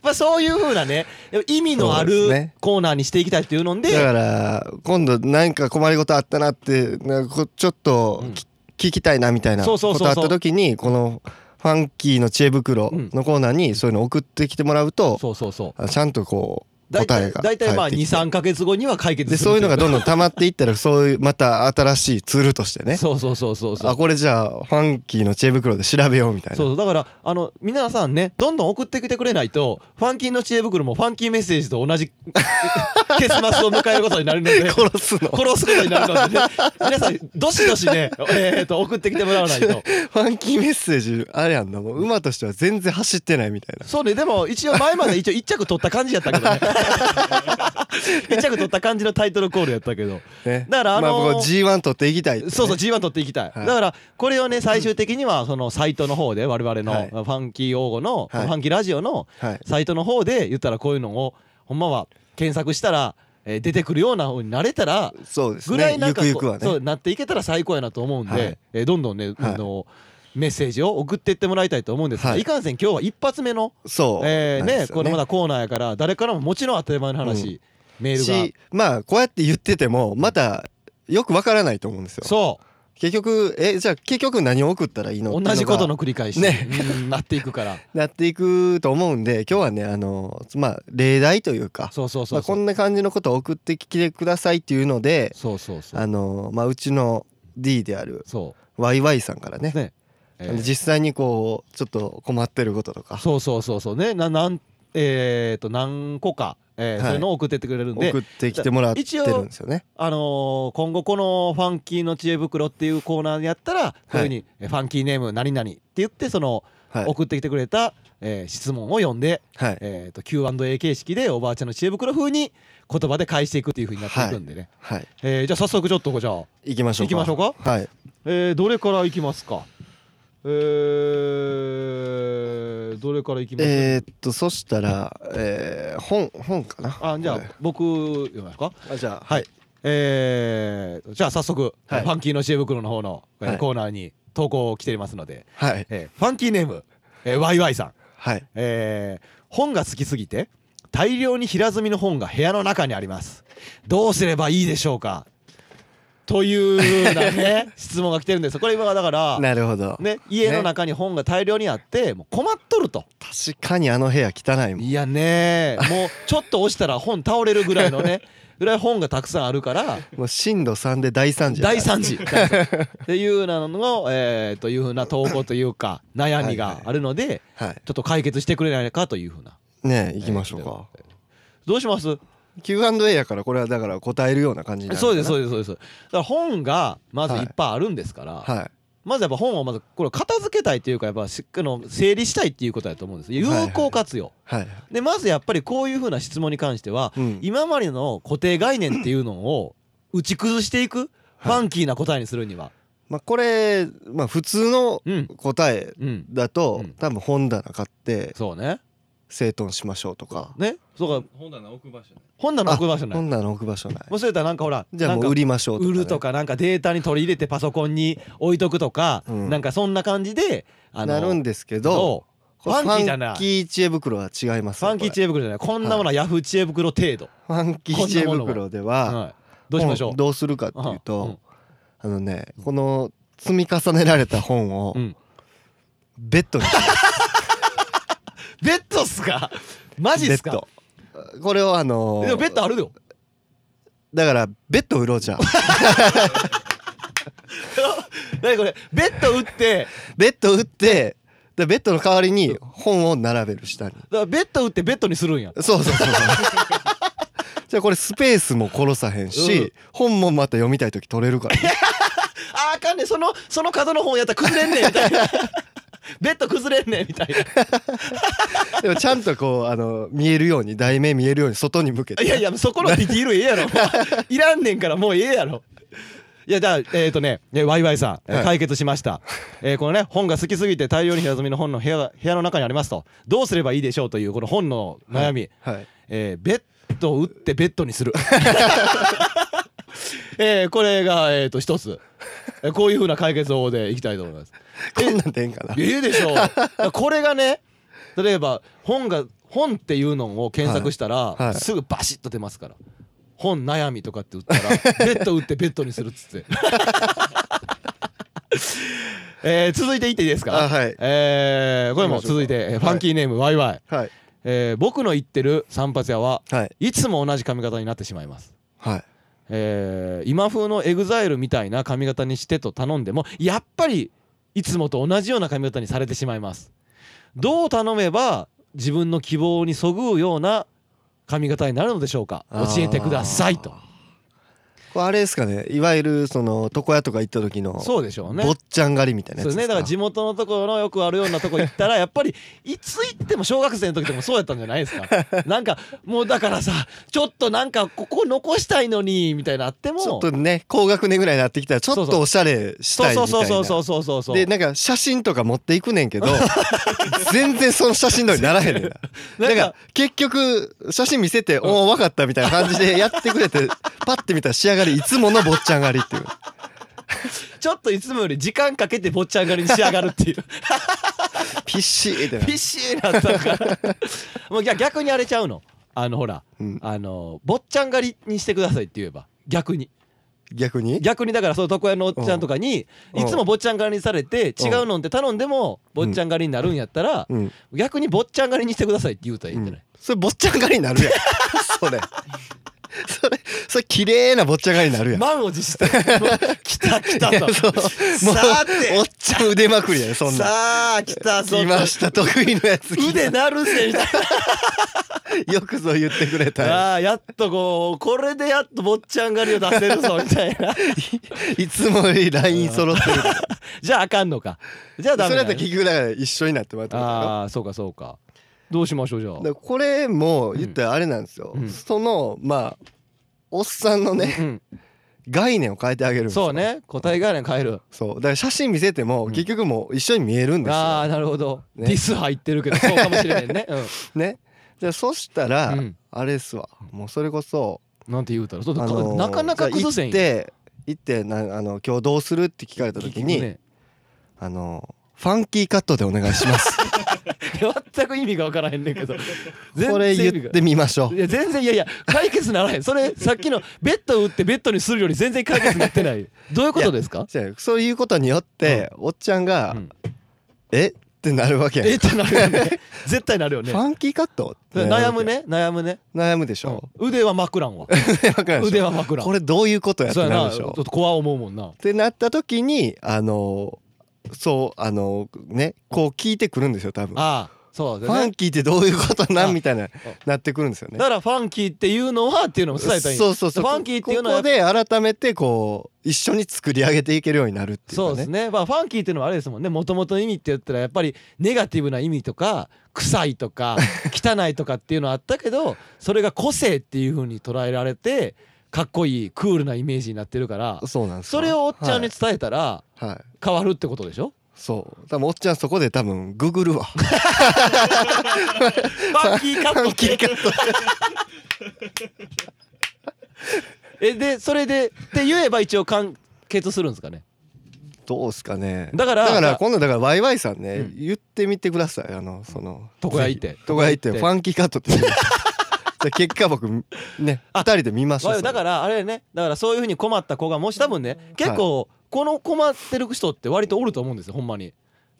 Speaker 1: まあそういう風なね意味のあ
Speaker 2: そうです
Speaker 1: る
Speaker 2: ね
Speaker 1: コーナーにしていきたいというので
Speaker 2: だから今度何か困りごとあったなってなんかこちょっと
Speaker 1: うん
Speaker 2: き、聞きたいなみたいな
Speaker 1: そ
Speaker 2: こ
Speaker 1: うそうそう
Speaker 2: と
Speaker 1: そう
Speaker 2: あった時にこのファンキーの知恵袋のコーナーにそういうの送ってきてもらうと、
Speaker 1: そうそうそう
Speaker 2: あちゃんとこう
Speaker 1: 大
Speaker 2: 答え
Speaker 1: 体
Speaker 2: が
Speaker 1: 大体まあ
Speaker 2: 返ってきて
Speaker 1: 23か月後には解決
Speaker 2: です
Speaker 1: る
Speaker 2: そういうのが
Speaker 1: と
Speaker 2: どんどん溜まっていったらそういうまた新しいツールとしてね
Speaker 1: そうそうそうそうそう
Speaker 2: あこれじゃあファンキーの知恵袋で調べようみたいな
Speaker 1: そうそうだからあの皆さんねどんどん送ってきてくれないとファンキーの知恵袋もファンキーメッセージと同じ 結末を迎えることになるので
Speaker 2: 殺すのフ
Speaker 1: 殺すことになるので、ね、皆さんどしどしね、えー、と送ってきてもらわないと
Speaker 2: ァンキーメッセージあれやんなもう馬としては全然走ってないみたいな
Speaker 1: そうねでも一応前まで一応1着取った感じやったけ どね1着取った感じのタイトルコールやったけど
Speaker 2: ね
Speaker 1: だからあのー
Speaker 2: まあ僕は G1 取っていきたいってね
Speaker 1: そうそう G1 取っていきたい、
Speaker 2: はい
Speaker 1: だからこれをね最終的にはそのサイトの方で我々の
Speaker 2: はい
Speaker 1: ファンキー用語の、
Speaker 2: はい
Speaker 1: ファンキーラジオの
Speaker 2: はい
Speaker 1: サイトの方で言ったらこういうのをほんまは検索したら、えー出てくるような方になれたら
Speaker 2: そうです
Speaker 1: ぐら
Speaker 2: ね
Speaker 1: いなん
Speaker 2: ゆ
Speaker 1: か
Speaker 2: く
Speaker 1: こう
Speaker 2: ゆくはね
Speaker 1: そうなっていけたら最高やなと思うんで、
Speaker 2: はい
Speaker 1: えーどんどんね、あのメッセージを送っていってもらいたいと思うんですが、
Speaker 2: はい
Speaker 1: い、かんせん今日は一発目の、
Speaker 2: そう
Speaker 1: えー
Speaker 2: なん
Speaker 1: ね
Speaker 2: ですよ
Speaker 1: これまだコーナーやから誰からももちろん当たり前の話、メールが
Speaker 2: しまあこうやって言っててもまたよくわからないと思うんですよ
Speaker 1: そう
Speaker 2: 結局えじゃあ結局何を送ったらいいのっていうが
Speaker 1: 同じことの繰り返し、
Speaker 2: ね
Speaker 1: うんなってい くから
Speaker 2: なっていくと思うんで今日はねあのまあ例題というか
Speaker 1: そうそうそ
Speaker 2: ま
Speaker 1: うそ
Speaker 2: あ、こ
Speaker 1: うん
Speaker 2: な感じのことを送ってきてくださいっていうので
Speaker 1: そうそうそう
Speaker 2: あの、まあ、うちの D である
Speaker 1: そ
Speaker 2: YY さんからね
Speaker 1: うね、えー
Speaker 2: 実際にこうちょっと困ってることとか
Speaker 1: そうそうそうそうねななんえー、と何個か、え
Speaker 2: はい
Speaker 1: ーそういうのを送ってってくれるんで
Speaker 2: 送ってきてもらってるんですよね。
Speaker 1: あのー今後この「ファンキーの知恵袋」っていうコーナーでやったらこういうふうに「えファンキーネーム何々」って言ってその
Speaker 2: はい、
Speaker 1: 送ってきてくれた、えー質問を読んで、
Speaker 2: はい
Speaker 1: えー、と Q&A 形式でおばあちゃんの知恵袋風に言葉で返していくっていうふうになっていくんでね、
Speaker 2: はい、
Speaker 1: えーじゃあ早速ちょっとじゃあ、
Speaker 2: 行きましょうか。
Speaker 1: 行きましょう
Speaker 2: はい、
Speaker 1: えーどれからいきますかえー、どれからいきますか、
Speaker 2: えー、っとそしたら、えー、本本かな。
Speaker 1: あじゃあ
Speaker 2: はい
Speaker 1: 僕読みますか
Speaker 2: あじゃあ
Speaker 1: はい。えー、じゃあ早速、
Speaker 2: はい
Speaker 1: ファンキーの知恵袋の方の、えー
Speaker 2: はい
Speaker 1: コーナーに投稿来ていますので、
Speaker 2: はい
Speaker 1: えーファンキーネーム、えー、YY さん、
Speaker 2: はい
Speaker 1: えー本が好きすぎて大量に平積みの本が部屋の中にありますどうすればいいでしょうかというような ね質問が来てるんですよこれ今だから、
Speaker 2: なるほど、
Speaker 1: ね、家の中に本が大量にあってもう困っとると。
Speaker 2: 確かにあの部屋汚いもん。
Speaker 1: いやねもうちょっと押したら本倒れるぐらいの ねぐらい本がたくさんあるから
Speaker 2: もう震度三で大惨事。
Speaker 1: 大惨事 っていうようなのの、えーというふうな投稿というか悩みがあるので、
Speaker 2: は
Speaker 1: ちょっと解決してくれないかというふうない
Speaker 2: ね行きましょうか。
Speaker 1: どうします
Speaker 2: Q&A やからこれはだから答えるような感じになる
Speaker 1: そうで
Speaker 2: う
Speaker 1: すそうですそうですだから本がまず
Speaker 2: はい
Speaker 1: いっぱいあるんですから、
Speaker 2: はい
Speaker 1: まずやっぱ本をまずこれ片付けたいというかやっぱしあの整理したいっていうことだと思うんです有
Speaker 2: はい
Speaker 1: 効活用、
Speaker 2: はい
Speaker 1: でまずやっぱりこういうふうな質問に関しては、
Speaker 2: うん
Speaker 1: 今までの固定概念っていうのを打ち崩していく、ファンキーな答えにするには
Speaker 2: まあこれまあ普通の
Speaker 1: うん
Speaker 2: 答え
Speaker 1: うん
Speaker 2: だと
Speaker 1: うん
Speaker 2: 多分本棚買って
Speaker 1: そうね
Speaker 2: 整頓しましょうとか
Speaker 1: ねそうか
Speaker 3: 本棚置く場所ね
Speaker 1: 本棚置く場所ない
Speaker 2: 本棚置く場所ない
Speaker 1: もうそれたらなんかほら
Speaker 2: じゃあもう売
Speaker 1: り
Speaker 2: りましょうとか
Speaker 1: 売
Speaker 2: ね
Speaker 1: るとかなんかデータに取り入れてパソコンに置いとくとか、
Speaker 2: うん
Speaker 1: なんかそんな感じであ
Speaker 2: なるんですけど
Speaker 1: どうファンキーじゃ
Speaker 2: フ
Speaker 1: な
Speaker 2: ァン
Speaker 1: い
Speaker 2: キー知恵袋は違います
Speaker 1: ファンキー知
Speaker 2: 恵
Speaker 1: 恵袋じゃないこんなものはヤフー知恵袋程度、
Speaker 2: ファンキー知恵
Speaker 1: こんなもの
Speaker 2: 袋では
Speaker 1: はい、どうしましょう
Speaker 2: 本どうするかっていう
Speaker 1: う
Speaker 2: と
Speaker 1: ん
Speaker 2: あのねこの積み重ねられた本を
Speaker 1: うん
Speaker 2: ベッドに
Speaker 1: ベッドっ すか マジっす
Speaker 2: ベッ
Speaker 1: か
Speaker 2: ドこれをあのー
Speaker 1: でもベッドあるよ
Speaker 2: だからベッド売ろう じゃん
Speaker 1: 何これベッド打って
Speaker 2: ベッド売ってでベッドの代わりに本を並べる下に
Speaker 1: だからベッド打ってベッドにするんや
Speaker 2: そうそうそう じゃあこれスペースも殺さへんし、
Speaker 1: うん
Speaker 2: 本もまた読みたい時取れるから、ね、
Speaker 1: あーあかんねんそのその角の本やったら崩れんねんみ たいなベッド崩れんねんみたいな
Speaker 2: でもちゃんとこうあの見えるように題名見えるように外に向けて
Speaker 1: いやいやそこのディティールええやろいらんねんからもうええやろいやじゃあえっ、とねえワイワイさん、
Speaker 2: はい
Speaker 1: 解決し ました、えーこのね本が好きすぎて大量に平積みの本の部屋部屋の中にありますとどうすればいいでしょうというこの本の悩み、
Speaker 2: はい
Speaker 1: えーベッドを打ってベッド にする えーこれが、えー、と一つ、えーこういうふうな解決法でいきたいと思います
Speaker 2: こんなんでいいんかな
Speaker 1: ええでしょだから これがね例えば本が本っていうのを検索したら、
Speaker 2: いはい
Speaker 1: すぐバシッと出ますから本悩みとかって打 ったらベッド打ってベッドにするっつって えー続いていっていいですか
Speaker 2: あはい
Speaker 1: えーこれも続いて、えーファンキーネームワイワイ、
Speaker 2: はい
Speaker 1: えー僕の言ってる散髪屋は
Speaker 2: はい
Speaker 1: いつも同じ髪型になってしまいます
Speaker 2: はい
Speaker 1: えー今風のエグザイルみたいな髪型にしてと頼んでもやっぱりいつもと同じような髪型にされてしまいますどう頼めば自分の希望にそぐうような髪型になるのでしょうか教えてくださいと
Speaker 2: あーこれあれですかねいわゆるその床屋とか行った時の
Speaker 1: そうでしょうね
Speaker 2: 坊ちゃん狩りみたいな
Speaker 1: そう
Speaker 2: やつ
Speaker 1: です
Speaker 2: で
Speaker 1: ね
Speaker 2: すか
Speaker 1: だから地元のところのよくあるようなとこ行っ たらやっぱりいつ行っても小学生の時でもそうやったんじゃないです かなんかもうだからさちょっとなんかここ残したいのにみたいなあっても
Speaker 2: ちょっとね高学年ぐらいになってきたらちょっ
Speaker 1: そうそ
Speaker 2: と
Speaker 1: う
Speaker 2: おしゃれしたいみた
Speaker 1: そ
Speaker 2: いうな
Speaker 1: そうそうそうそうそうそう
Speaker 2: でなんか写真とか持っていくねんけど 全然その写真通りにならへんねんな
Speaker 1: な
Speaker 2: なん
Speaker 1: んか
Speaker 2: か結局写真見せて「おお分かった」みたいな感じでやってくれ てパッて見たら仕上がりいつもの坊ちゃん狩りっていう
Speaker 1: ちょっといつもより時間かけて坊ちゃん狩りに仕上がる っていう
Speaker 2: ピッシーってな
Speaker 1: ピッシーなったからもう逆逆にあれちゃうのあのほら、
Speaker 2: うん
Speaker 1: あの坊ちゃん狩りにしてくださいって言えば逆に
Speaker 2: 逆に
Speaker 1: 逆にだからその床屋のおっちゃんとかに
Speaker 2: うん
Speaker 1: いつも坊ちゃん狩りにされて違うのんって頼んでも坊ちゃん狩りになるんやったら、
Speaker 2: うん、
Speaker 1: 逆に坊ちゃん狩りにしてくださいって言うたらいいんじゃない、
Speaker 2: それ坊ちゃん狩りにな るやんそれそれそれ綺麗な坊ちゃん狩りになるやん、
Speaker 1: 満を持して 来た来たと
Speaker 2: そうもう
Speaker 1: さて
Speaker 2: おっちゃん腕まくりやねそんなん
Speaker 1: さあ来たぞ
Speaker 2: 来ました得意のやつ来
Speaker 1: 腕なるぜみたいな
Speaker 2: たよくぞ言ってくれた
Speaker 1: ああやっとこうこれでやっと坊ちゃん狩りを出せるぞみたい な
Speaker 2: いつもよりライン揃ってる
Speaker 1: じゃああかんのかじゃあダ
Speaker 2: そ
Speaker 1: メ
Speaker 2: れ
Speaker 1: な
Speaker 2: だ
Speaker 1: ん
Speaker 2: った
Speaker 1: や
Speaker 2: ら結局だから一緒になってもらってことだよ
Speaker 1: ああそうかそうかどうしましょうじゃあ
Speaker 2: だからこれも言ったらあれなんですよ、
Speaker 1: うん
Speaker 2: そのまあおっさんのね
Speaker 1: うん
Speaker 2: 概念を変えてあげるんですよ
Speaker 1: そうね答え概念変える
Speaker 2: そうだから写真見せても
Speaker 1: うん
Speaker 2: 結局もう一緒に見えるんです
Speaker 1: あ
Speaker 2: よ、
Speaker 1: あなるほど
Speaker 2: ね
Speaker 1: ディス入ってるけどそうかもしれないね
Speaker 2: ねじゃあそしたら、
Speaker 1: うん
Speaker 2: あれですわもうそれこそ、
Speaker 1: うんなんて言うたらそう
Speaker 2: あのー
Speaker 1: なかなか崩せんよ
Speaker 2: じゃあ行って行ってなあの今日どうするって聞かれた時
Speaker 1: 結局
Speaker 2: に、
Speaker 1: ね
Speaker 2: あのファンキーカットでお願いします
Speaker 1: いや全く意味がわからへんねんけ ど 全
Speaker 2: これ
Speaker 1: 然意味
Speaker 2: 言
Speaker 1: が
Speaker 2: ってみましょ
Speaker 1: いう や全然いやいや解決ならへんそれさっきのベッド打ってベッドにするより全然解決になってないどういうことですか
Speaker 2: じゃあそういうことによって、おっちゃんが「
Speaker 1: うん
Speaker 2: えっ?」てなるわけやん
Speaker 1: えってなるよ ね絶対なるよね
Speaker 2: ファンキーカットってなるわけ
Speaker 1: 悩むね悩むね、
Speaker 2: 悩むでしょ、
Speaker 1: 腕は枕んわ
Speaker 2: わかる でし
Speaker 1: 腕
Speaker 2: ょ
Speaker 1: は枕ん
Speaker 2: これどういうことやって
Speaker 1: そうや
Speaker 2: なる
Speaker 1: な
Speaker 2: でし
Speaker 1: ちょ
Speaker 2: ょ
Speaker 1: っと怖思うもんな
Speaker 2: ってなった時にあのそうあのねこう聞いてくるんですよ多分
Speaker 1: ああそう
Speaker 2: フ
Speaker 1: だ
Speaker 2: ァ
Speaker 1: ね
Speaker 2: ンキーってどういうことな
Speaker 1: あ
Speaker 2: んみたいななってくるんですよ
Speaker 1: だ
Speaker 2: ね
Speaker 1: からファンキーっていうのはっていうのも伝えたらいい
Speaker 2: そうそうそう
Speaker 1: ファンキーっていうのは
Speaker 2: ここで改めてこう一緒に作り上げていけるようになるっていう
Speaker 1: そう
Speaker 2: か
Speaker 1: です
Speaker 2: ね
Speaker 1: ねまあファンキーっていうのはあれですもんねもともとの意味って言ったらやっぱりネガティブな意味とか臭い とか汚いとかっていうのはあったけどそれが個性っていうふうに捉えられてかっこいいクールなイメージになってるから
Speaker 2: そうなんですよ
Speaker 1: それをおっちゃんに
Speaker 2: は
Speaker 1: 伝えたら
Speaker 2: い、はい
Speaker 1: 変わるってこと でしょ
Speaker 2: そう多分おっちゃんそこで多分ググる わフ
Speaker 1: ファンキーカ
Speaker 2: ァ
Speaker 1: ット
Speaker 2: ンキーカット
Speaker 1: えでそれでって言えば一応完結するんですかね
Speaker 2: どうすかね
Speaker 1: だから
Speaker 2: だから今度だからワイワイさんね、
Speaker 1: うん
Speaker 2: 言ってみてくださいあのその
Speaker 1: 床屋行って
Speaker 2: とか行ってファンキーカットって言うん ですよで結果僕ね
Speaker 1: あ
Speaker 2: 二人で見まし
Speaker 1: わ
Speaker 2: た
Speaker 1: よだからあれねだからそういうふうに困った子がもし多分ね結構この困ってる人って割とおると思うんですよほんまに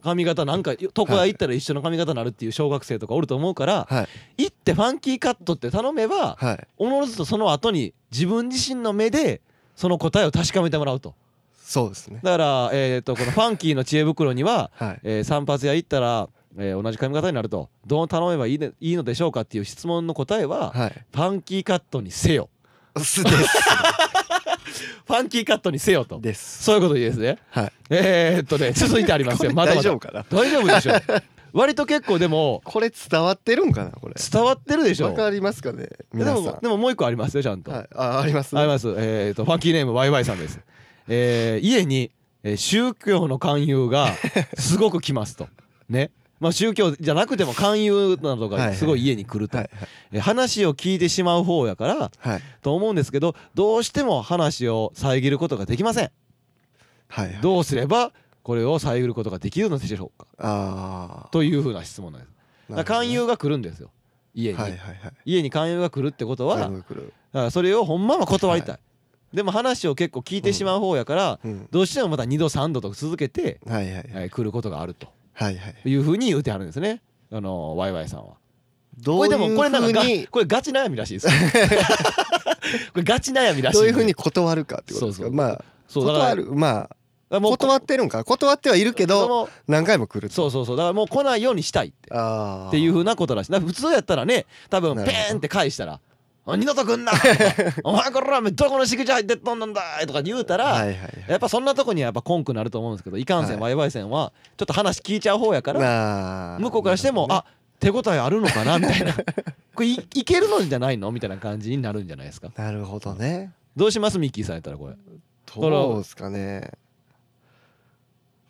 Speaker 1: 髪型なんか床屋行ったら一緒の髪型になるっていう小学生とかおると思うから
Speaker 2: はい
Speaker 1: 行ってファンキーカットって頼めば
Speaker 2: はい
Speaker 1: おのずとその後に自分自身の目でその答えを確かめてもらうと
Speaker 2: そうですね
Speaker 1: だからえーとこのファンキーの知恵袋には
Speaker 2: はい
Speaker 1: えー散髪屋行ったらえー同じ髪型になるとどう頼めばいいでいいのでしょうかっていう質問の答えは
Speaker 2: はい
Speaker 1: ファンキーカットにせよ
Speaker 2: すです
Speaker 1: ファンキーカットにせよと
Speaker 2: です
Speaker 1: そういうことですね。
Speaker 2: はい
Speaker 1: えー、っ とね、続いてありますよ。まだま
Speaker 2: 大
Speaker 1: だ
Speaker 2: 丈夫かな
Speaker 1: 大丈夫でしょ。割と結構でも、
Speaker 2: これ伝わってるんかなこれ
Speaker 1: 伝わってるでしょ。
Speaker 2: わかりますかね
Speaker 1: で
Speaker 2: 皆さん
Speaker 1: も、でももう一個ありますよ、ちゃんと。
Speaker 2: はいああります
Speaker 1: あります。えー、っと、ファンキーネームワイワイさんです。えー家に、えー宗教の勧誘がすごく来ますと。ね。まあ、宗教じゃなくても勧誘など
Speaker 2: はい
Speaker 1: が
Speaker 2: はい
Speaker 1: すごい家に来ると、
Speaker 2: はい
Speaker 1: えー話を聞いてしまう方やから
Speaker 2: はい
Speaker 1: と思うんですけどどうしても話を遮ることができません
Speaker 2: はいはい
Speaker 1: どうすればこれを遮ることができるのでしょうか
Speaker 2: あ
Speaker 1: というふうな質問なんです
Speaker 2: あ
Speaker 1: だから勧誘が来るんですよ家に、
Speaker 2: はいはいはい
Speaker 1: 家に勧誘が来るってことは、
Speaker 2: 勧誘来る
Speaker 1: だからそれをほんまは断りたい、
Speaker 2: は
Speaker 1: でも話を結構聞いてしまう方やから、
Speaker 2: うん
Speaker 1: どうしてもまた2度3度と続けて、
Speaker 2: はいはいはい
Speaker 1: えー来ることがあると
Speaker 2: はいはい
Speaker 1: いうふうに言うてはるんですねあのーワイワイさんは
Speaker 2: ど
Speaker 1: こ
Speaker 2: うい
Speaker 1: れ
Speaker 2: う
Speaker 1: で
Speaker 2: ふう
Speaker 1: もこれなんかが
Speaker 2: に
Speaker 1: これガチ悩みらし いですよこれガチ悩みらしい
Speaker 2: どういうふう
Speaker 1: ね
Speaker 2: に断るかってことです
Speaker 1: そう
Speaker 2: か
Speaker 1: そう
Speaker 2: まあ
Speaker 1: そうだから
Speaker 2: 断るま
Speaker 1: ら
Speaker 2: あ断
Speaker 1: っ
Speaker 2: ってるんか断ってはいるけど何回も来ると
Speaker 1: そうそうそうだからもう来ないようにしたいって
Speaker 2: ああ
Speaker 1: っていうふうなことらしいだから普通やったらね多分
Speaker 2: なる
Speaker 1: ペ
Speaker 2: ほど
Speaker 1: ーンって返したら「二度と来んな!」とか「お前こらどこの敷地入ってっとんなんだ!」とか言うたら、
Speaker 2: はいはいはい
Speaker 1: やっぱそんなとこにはやっぱコンクなると思うんですけどいかんせん
Speaker 2: は
Speaker 1: ワイワイ線はちょっと話聞いちゃう方やから
Speaker 2: まあ
Speaker 1: 向こうからしても
Speaker 2: なる
Speaker 1: あ手応えあるのかなみたいなこれいいけるのじゃないのみたいな感じになるんじゃないですか
Speaker 2: ほどね
Speaker 1: どうしますミッキーさんやったらこれら
Speaker 2: どうですかね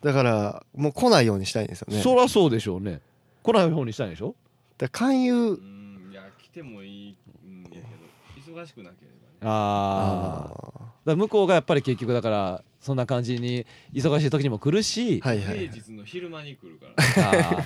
Speaker 2: だからもう来ないようにしたいんですよね
Speaker 1: そりゃそうでしょうね来ない方にしたいんでしょ
Speaker 2: だから勧
Speaker 3: う
Speaker 2: 誘
Speaker 3: んいや来てもいいんやけど忙しくなければね
Speaker 1: ああだから向こうがやっぱり結局だからそんな感じに忙しい時にも来る
Speaker 2: ー
Speaker 1: し、
Speaker 2: はいはいはい
Speaker 3: 平日の昼間に来るから
Speaker 1: あー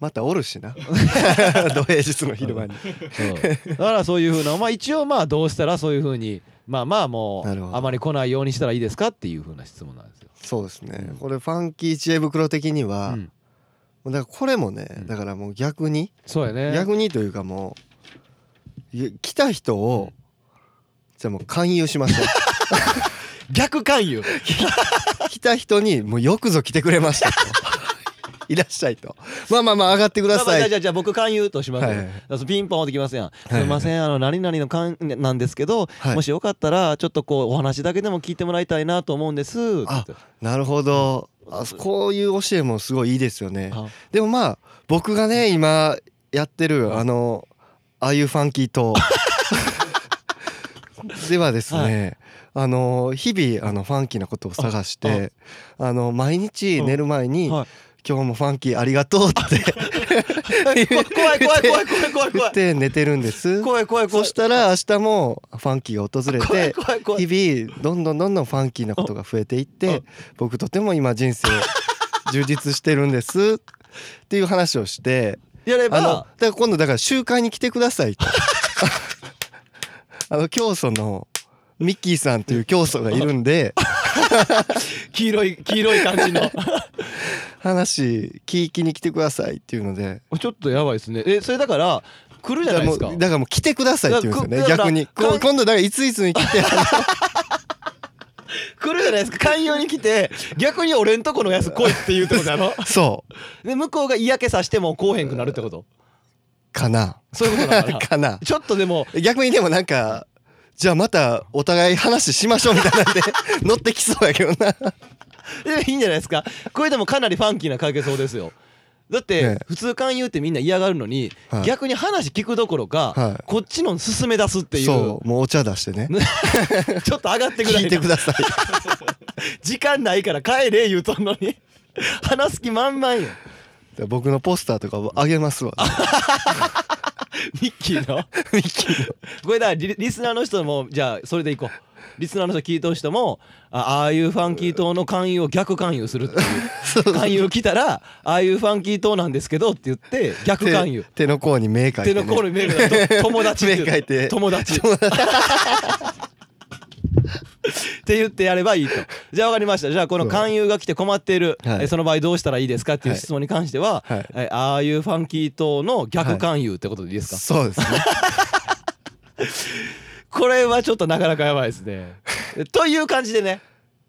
Speaker 2: またおるし な土平日の昼間に
Speaker 1: そうだからそういうふうなまあ一応まあどうしたらそういうふうにまあまあもう
Speaker 2: なるほど
Speaker 1: あまり来ないようにしたらいいですかっていうふうな質問なんですよ。
Speaker 2: そうですね、
Speaker 1: うん
Speaker 2: これファンキー知恵袋的に
Speaker 1: う
Speaker 2: は、
Speaker 1: ん
Speaker 2: だからこれもね、
Speaker 1: うん
Speaker 2: だからもう逆に、
Speaker 1: そうやね。
Speaker 2: 逆にというかもうい来た人をじゃあもう勧誘しまし ょ
Speaker 1: 逆勧 誘。
Speaker 2: う来た人にもうよくぞ来てくれました といらっしゃいとまあまあまあ上がってくだ
Speaker 1: まあまあ
Speaker 2: さ
Speaker 1: じ
Speaker 2: い
Speaker 1: ゃあじゃあじゃあ僕勧誘としますよ。
Speaker 2: はいはい
Speaker 1: だからそのピンポンってきますやん。
Speaker 2: いはい
Speaker 1: すいませんあの何々のかんなんですけど、
Speaker 2: はい
Speaker 1: もしよかったらちょっとこうお話だけでも聞いてもらいたいなと思うんです。
Speaker 2: あ
Speaker 1: って
Speaker 2: なるほどあこういう教えもすごいいいですよね
Speaker 1: あ
Speaker 2: でもまあ僕がね今やってる
Speaker 1: はい
Speaker 2: あのああいうファンキー とではですね、あの日々あのファンキーなことを探してあの毎日寝る前に、
Speaker 1: はい
Speaker 2: 今日もファンキーありがとう」って
Speaker 1: えこ怖い怖い怖い怖い怖
Speaker 2: 言
Speaker 1: い怖
Speaker 2: っ
Speaker 1: い。
Speaker 2: て寝てるんです
Speaker 1: 怖い怖い怖い。
Speaker 2: そしたら明日もファンキーが訪れ
Speaker 1: 怖い
Speaker 2: て
Speaker 1: 怖い怖い。
Speaker 2: 日々どんどんどんどんファンキーなことが増えていっ
Speaker 1: うんう
Speaker 2: て
Speaker 1: ん
Speaker 2: 僕とても今人生充実してるんですっていう話をして
Speaker 1: やれ
Speaker 2: あのだ
Speaker 1: ば
Speaker 2: から今度だから集会に来てくださいとあの教祖のミッキーさんという教祖がいるんで
Speaker 1: 黄色い黄色い感じの。
Speaker 2: 話聞きに来てくださいっていうので
Speaker 1: ちょっとやばいですね。えそれだから来るじゃないですか
Speaker 2: だからもう。だからもう来てくださいって言うんですよね
Speaker 1: だから
Speaker 2: 逆に
Speaker 1: だから
Speaker 2: こ今度だからいついつに来て
Speaker 1: 来るじゃないですか寛容に来て逆に俺んとこのやつ来いって言うってことやろ
Speaker 2: そう
Speaker 1: で向こうが嫌気さしても来おへんくなるってこと
Speaker 2: かな
Speaker 1: そういうことだ から
Speaker 2: かな
Speaker 1: ちょっとでも
Speaker 2: 逆にでもなんかじゃあまたお互い話しましょうみた いなんで乗ってきそうやけどな
Speaker 1: えいいんじゃないですかこれでもかなりファンキーな解決法ですよだ
Speaker 2: え
Speaker 1: って
Speaker 2: え
Speaker 1: 普通勧誘ってみんな嫌がるのに
Speaker 2: はい
Speaker 1: 逆に話聞くどころか
Speaker 2: はい
Speaker 1: こっちの進め出すっていうちょ
Speaker 2: そうもうお茶出して ね
Speaker 1: っと上がってくら
Speaker 2: 聞
Speaker 1: い
Speaker 2: いてく
Speaker 1: の
Speaker 2: ださい
Speaker 1: 時間ないから帰れ言うとんのに 話す気満々よ
Speaker 2: 僕のポスターとかをあげますわ
Speaker 1: ミッキーの
Speaker 2: ミッキーの
Speaker 1: これだリリスナーの人もじゃあそれでいこうリスナーの人聞いとる人もあああいうファンキー党の勧誘を逆勧誘するって いう勧誘来たらああいうファンキー党なんですけどって言って逆勧誘
Speaker 2: 手手の甲に目描い
Speaker 1: 手
Speaker 2: て、ね、
Speaker 1: の甲のメールだと友達って言う
Speaker 2: 目描いて
Speaker 1: 友 達って言ってやればいいとじゃあ分かりましたじゃあこの勧誘が来て困っている、
Speaker 2: はい
Speaker 1: えその場合どうしたらいいですかっていう質問に関しては、
Speaker 2: はい
Speaker 1: えああいうファンキー党の逆勧誘ってことでいいですか、
Speaker 2: そうですね
Speaker 1: これはちょっとなかなかやばいですね。という感じでね、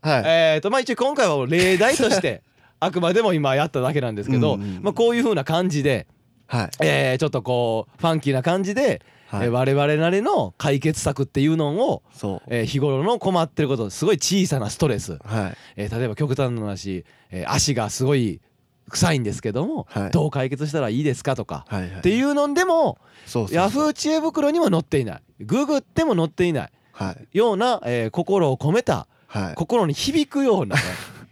Speaker 2: はい
Speaker 1: えーとまあ一応今回は例題として あくまでも今やっただけなんですけど、
Speaker 2: うんうん
Speaker 1: まあこういう風な感じで、
Speaker 2: はい
Speaker 1: えーちょっとこうファンキーな感じで、
Speaker 2: はい
Speaker 1: えー我々なりの解決策っていうのを、
Speaker 2: そう
Speaker 1: えー日頃の困ってることすごい小さなストレス、
Speaker 2: はい
Speaker 1: えー例えば極端な話、えー足がすごい臭いんですけども、
Speaker 2: はい
Speaker 1: どう解決したらいいですかとか、
Speaker 2: はいはい
Speaker 1: っていうのでも
Speaker 2: そうそうそう
Speaker 1: ヤフー知恵袋にも載っていないググっても載っていない
Speaker 2: はい
Speaker 1: ような、えー心を込めた、
Speaker 2: はい
Speaker 1: 心に響くよう なね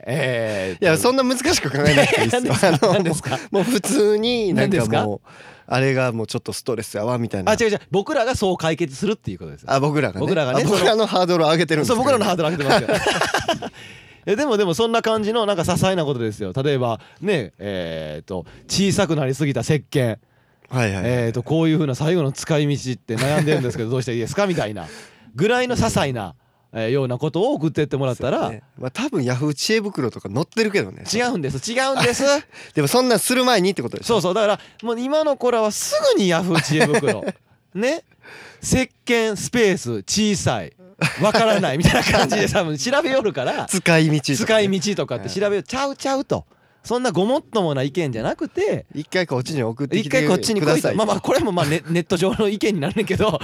Speaker 1: え
Speaker 2: いやそん
Speaker 1: な
Speaker 2: な難しく考えなくていいですよあの
Speaker 1: 何ですか
Speaker 2: もう普通になん
Speaker 1: 何で
Speaker 2: か
Speaker 1: すか
Speaker 2: もうあれがもうちょっとストレスやわみたいな
Speaker 1: あ違う違う僕らがそう解決するっていうことですよ
Speaker 2: あ僕らがね
Speaker 1: 僕らがね
Speaker 2: あ僕らのハードルを上げてるんです
Speaker 1: そう
Speaker 2: けど
Speaker 1: 僕らのハードル上げてますよ えでもでもそんな感じのなんか些細なことですよ例えばねえー、と小さくなりすぎた石鹸
Speaker 2: はいはい、
Speaker 1: えー、とこういうふうな最後の使い道って悩んでるんですけど どうしたらいいですかみたいなぐらいの些細な、えーようなことを送ってってもらったら、
Speaker 2: ねまあ多分ヤフー知恵袋とか載ってるけどね
Speaker 1: 違うんです違うんです
Speaker 2: でもそんなんする前にってことでし
Speaker 1: そ
Speaker 2: ょ
Speaker 1: うそうだからもう今の子らはすぐにヤフー知恵 袋ね石鹸スペース小さいわからないみたいな感じで多分調べよるから
Speaker 2: 使い道とか
Speaker 1: 使
Speaker 2: ね
Speaker 1: い道とかって調べるちゃうちゃうとそんなごもっともな意見じゃなくて
Speaker 2: 一回こっちに送ってき
Speaker 1: 一
Speaker 2: て
Speaker 1: 回こっちに
Speaker 2: く
Speaker 1: 来
Speaker 2: だ
Speaker 1: い
Speaker 2: さ
Speaker 1: と
Speaker 2: い
Speaker 1: まあまあこれもまあ ネネット上の意見になるんやけど
Speaker 2: だ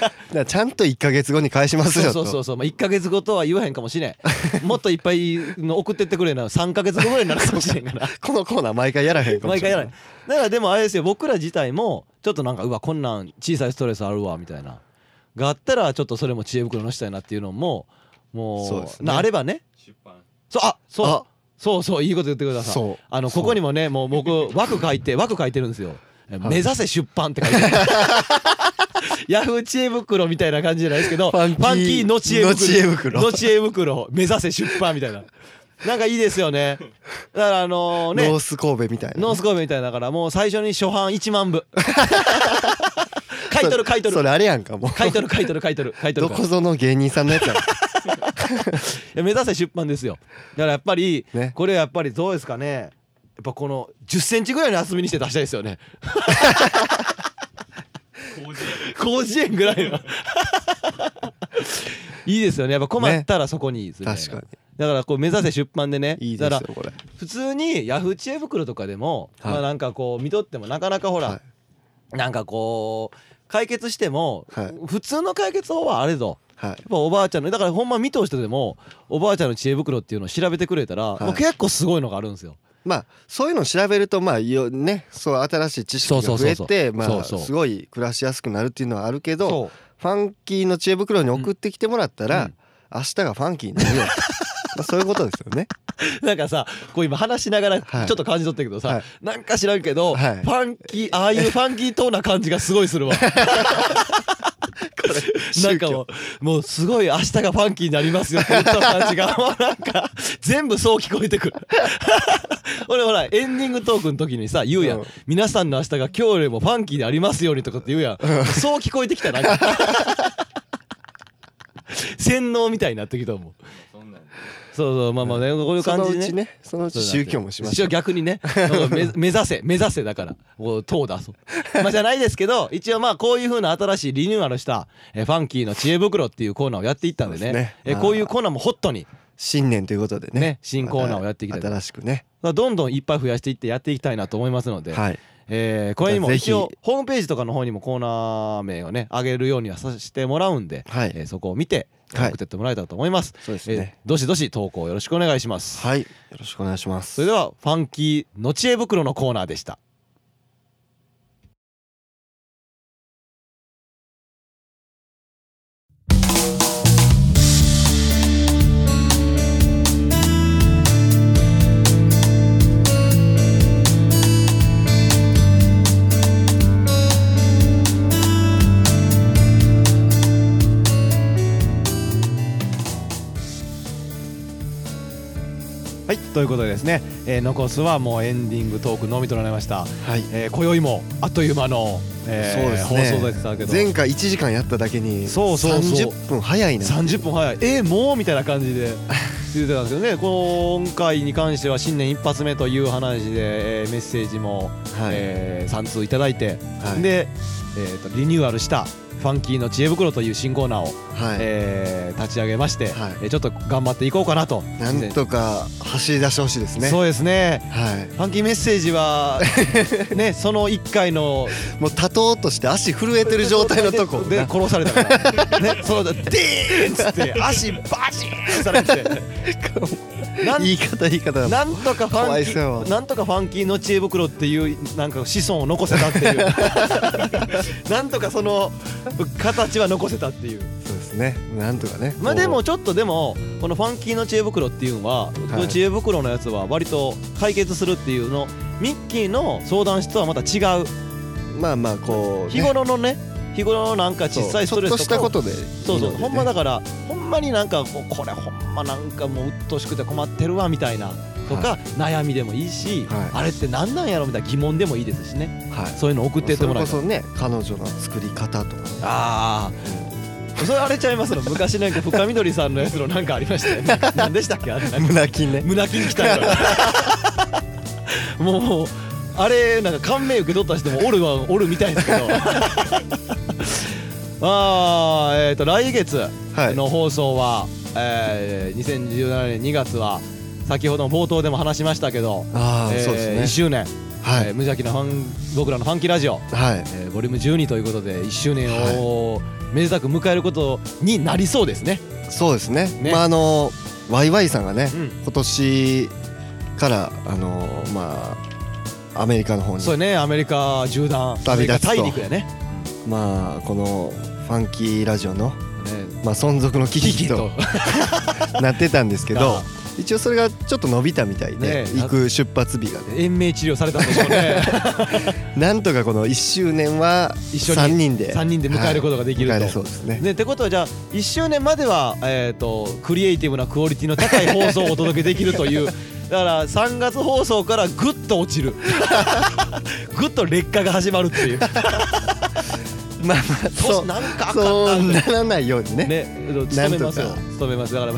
Speaker 2: からちゃんと1か月後に返します
Speaker 1: そう
Speaker 2: よ
Speaker 1: そうそ
Speaker 2: と
Speaker 1: うそうまあ1か月後とは言わへんかもしれ んもっといっぱいの送ってってくれな3か月後ぐらいになるかもしれんから
Speaker 2: このコーナー毎回やらへんかも
Speaker 1: 毎
Speaker 2: しれ
Speaker 1: 回や
Speaker 2: な
Speaker 1: ら
Speaker 2: い
Speaker 1: ないだからでもあれですよ僕ら自体もちょっとなんかうわこんなん小さいストレスあるわみたいながあったらちょっとそれも知恵袋のしたいなっていうのもも
Speaker 2: そう
Speaker 1: う
Speaker 2: ですね
Speaker 1: なあればね
Speaker 3: 出版
Speaker 1: そうあそう
Speaker 2: あ
Speaker 1: そうそういいこと言ってください
Speaker 2: そう
Speaker 1: あのここにもねもう僕枠書 いて枠書いてるんですよ。え
Speaker 2: はい
Speaker 1: 目指せ出版って書い てある。ヤフー知恵袋みたいな感じじゃないですけど、
Speaker 2: ファンキー
Speaker 1: の知恵袋。
Speaker 2: の知恵袋
Speaker 1: の知恵袋目指せ出版みたいな。なんかいいですよね。だからあのね、
Speaker 2: ノース神戸みたいな
Speaker 1: ノースコーベみたいなだからもう最初に初版1 万部。書いとる書いと
Speaker 2: そ
Speaker 1: る。
Speaker 2: れあれやんかもう
Speaker 1: 書いとる書いとる書いとる書いと
Speaker 2: ど
Speaker 1: るから
Speaker 2: こぞの芸人さんのや つやん
Speaker 1: いや目指せ出版ですよだからやっぱり、
Speaker 2: ね
Speaker 1: これやっぱりどうですかねやっぱこの1 0ンチぐらいの厚みにして出したいですよね
Speaker 3: 工事
Speaker 1: 甲子園ぐら いのいいですよねやっぱ困ったらそこに、みたいな
Speaker 2: 確か
Speaker 1: だからこう目指せ出版でね
Speaker 2: にいいです
Speaker 1: だ
Speaker 2: よ
Speaker 1: から
Speaker 2: これ
Speaker 1: 普通にヤフー知恵袋とかでも、
Speaker 2: はい
Speaker 1: まあなんかこう見とってもなかなかほら、
Speaker 2: は
Speaker 1: なんかこう解決しても、
Speaker 2: はい
Speaker 1: 普通の解決法はあれぞ
Speaker 2: はい
Speaker 1: やっぱおばあちゃんのだからほんま見通してでもおばあちゃんの知恵袋っていうのを調べてくれたら、
Speaker 2: い
Speaker 1: もう結構すごいのがあるんですよ。
Speaker 2: まあそういうのを調べるとまあよねそう新しい知識が
Speaker 1: そう
Speaker 2: 増
Speaker 1: そう
Speaker 2: え
Speaker 1: そう
Speaker 2: て
Speaker 1: そう
Speaker 2: ま
Speaker 1: そう
Speaker 2: あ
Speaker 1: そう
Speaker 2: すごい暮らしやすくなるっていうのはあるけど
Speaker 1: う
Speaker 2: ファンキーの知恵袋に送ってきてもらった
Speaker 1: う
Speaker 2: ら
Speaker 1: ん
Speaker 2: 明日がファンキーに なるよまあそういうことですよね
Speaker 1: なんかさこう今話しながらちょ
Speaker 2: は
Speaker 1: っ
Speaker 2: い
Speaker 1: と感じ取ってるけどさ、
Speaker 2: はい
Speaker 1: なんか知らんけど、
Speaker 2: はい
Speaker 1: ファンキーああいうファンキートーな感じがすごいするわ なんかもうもうすごい明日がファンキーになりますよって言った感じがもうなんか全部そう聞こえてくる 俺ほらエンディングトークの時にさ言うやん、
Speaker 2: うん
Speaker 1: 皆さんの明日が今日よりもファンキーでありますようにとかって言うやん、そう聞こえてきたなんか 洗脳みたいになってきたもん
Speaker 3: そんなんで
Speaker 1: そうそうまあまあね、こういう
Speaker 2: そ
Speaker 1: 感
Speaker 2: の
Speaker 1: じ
Speaker 2: う
Speaker 1: で
Speaker 2: ちねそのうち宗教もしまし
Speaker 1: 一
Speaker 2: ょ
Speaker 1: 応
Speaker 2: う
Speaker 1: 逆 にねうん目目指せ目指せだからもう党だそうまあじゃないですけど一応まあこういう風な新しいリニューアルしたえーファンキーの知恵袋っていうコーナーをやっていったんでね
Speaker 2: そうですね
Speaker 1: えーこういうコーナーもホットに
Speaker 2: 新年ということでね
Speaker 1: ね新コーナーをやっていきたい
Speaker 2: 新しくね
Speaker 1: まあどんどんいっぱい増やしていってやっていきたいなと思いますので、
Speaker 2: はい
Speaker 1: えーこれにも一応
Speaker 2: ぜひ
Speaker 1: ホームページとかの方にもコーナー名をね上げるようにはさせてもらうんで、
Speaker 2: はい
Speaker 1: えーそこを見て
Speaker 2: はい
Speaker 1: 送ってってもらえたらと思います、
Speaker 2: そうですね
Speaker 1: えーどしどし投稿よろしくお願いします、
Speaker 2: はいよろしくお願いします
Speaker 1: それではファンキーの知恵袋のコーナーでしたはいということでですね、えー残すはもうエンディングトークのみとなりました、
Speaker 2: はい
Speaker 1: えー、今宵もあっという間の、えー
Speaker 2: そうですね
Speaker 1: 放送でしたけど
Speaker 2: 前回1時間やっただけに
Speaker 1: そうそうそう
Speaker 2: 30分早いな
Speaker 1: 30分早いえー、もうみたいな感じで言ってたんですけどねこの今回に関しては新年一発目という話で、えーメッセージも、
Speaker 2: はい
Speaker 1: え3通いただいて、
Speaker 2: はい
Speaker 1: で、えーとリニューアルした「ファンキーの知恵袋」という新コーナーを、
Speaker 2: はい
Speaker 1: えー立ち上げまして、
Speaker 2: はい
Speaker 1: えーちょっと頑張っていこうかなと。
Speaker 2: なんとか走り出してほしいですね
Speaker 1: そうですね
Speaker 2: は
Speaker 1: ファンキーメッセージ はねその1回の
Speaker 2: いもう立とうとして足震えてる状態のとこ
Speaker 1: で
Speaker 2: な
Speaker 1: 殺されたからねそのデーンっつって足バチーンされてなん
Speaker 2: 言い方言い方だ
Speaker 1: なんとかフ
Speaker 2: かわ
Speaker 1: ァン
Speaker 2: い
Speaker 1: キ
Speaker 2: そう
Speaker 1: ーなんとかファンキーの知恵袋っていうなんか子孫を 残せたっていうなんとかその形は残せたっていう
Speaker 2: そうですねなんとかね
Speaker 1: まあ
Speaker 2: こう
Speaker 1: でもちょっとでもこのファンキーの知恵袋っていうのは、この知恵袋のやつは割と解決するっていうのミッキーの相談室とはまた違う
Speaker 2: まあまあこうね、
Speaker 1: 日頃のね日頃のなんか小さいストレ
Speaker 2: そうちょっと
Speaker 1: ス
Speaker 2: し
Speaker 1: と
Speaker 2: た
Speaker 1: かを
Speaker 2: ことで
Speaker 1: そうそうほんまだ
Speaker 2: か
Speaker 1: からほんまになんかこうこれほんまなんかもう鬱陶しくて困ってるわみたいなとか、悩みでもいいし、
Speaker 2: はい
Speaker 1: あれって何なんやろみたいな疑問でもいいですしね
Speaker 2: ら、はい、
Speaker 1: そういうの送ってってもらいたい
Speaker 2: それこそね彼女の作り方とかね
Speaker 1: ああそれあれちゃいますの昔なんか深緑さんのやつのなんかありました よね何でしたっけあれなんか
Speaker 2: 胸筋ね
Speaker 1: 胸筋鍛えた もうあれなんか感銘受け取った人もおるはおるみたいですけど あーえっ、と来月
Speaker 2: はい
Speaker 1: の放送は、えー2017年2月は先ほどの冒頭でも話しましたけど、
Speaker 2: ああ、
Speaker 1: えー
Speaker 2: そうで
Speaker 1: 1
Speaker 2: すね
Speaker 1: 周年、
Speaker 2: は
Speaker 1: えー
Speaker 2: い、
Speaker 1: 無邪気なファン僕らのファンキーラジオ、
Speaker 2: はい
Speaker 1: えーボリューム12ということで1周年をめでたく迎えることになりそうですね。
Speaker 2: そうですね
Speaker 1: ね
Speaker 2: まああのワイワイさんがね、
Speaker 1: うん
Speaker 2: 今年からあのまあアメリカの方に
Speaker 1: そうねアメリカ縦断
Speaker 2: 旅立つと
Speaker 1: アメリカ大陸やねね
Speaker 2: まあこのファンキーラジオの、まあ、存続の危
Speaker 1: キ
Speaker 2: 機
Speaker 1: キ
Speaker 2: と
Speaker 1: と
Speaker 2: なってたんですけ
Speaker 1: あ
Speaker 2: ど
Speaker 1: あ
Speaker 2: 一応それがちょっと伸びたみたいで、
Speaker 1: ねえ
Speaker 2: 行く出発日がね
Speaker 1: 延命治療されたんでしょ うね
Speaker 2: なんとかこの1周年は
Speaker 1: 一緒に
Speaker 2: 3人で
Speaker 1: 3人で迎えることができると。
Speaker 2: はい迎えれそうですね
Speaker 1: ね、ってことはじゃあ1周年までは、えー、とクリエイティブなクオリティの高い放送をお届けできるというだから3月放送からぐっと落 ちるぐっと劣化が始まるっていう
Speaker 2: まあまあ
Speaker 1: そ
Speaker 2: そうう
Speaker 1: なんかあか
Speaker 2: そ
Speaker 1: ん
Speaker 2: う
Speaker 1: な
Speaker 2: ならないようにね
Speaker 1: ね、
Speaker 2: な
Speaker 1: 勤
Speaker 2: ん
Speaker 1: め
Speaker 2: とか
Speaker 1: ますよ勤めますだから、
Speaker 2: い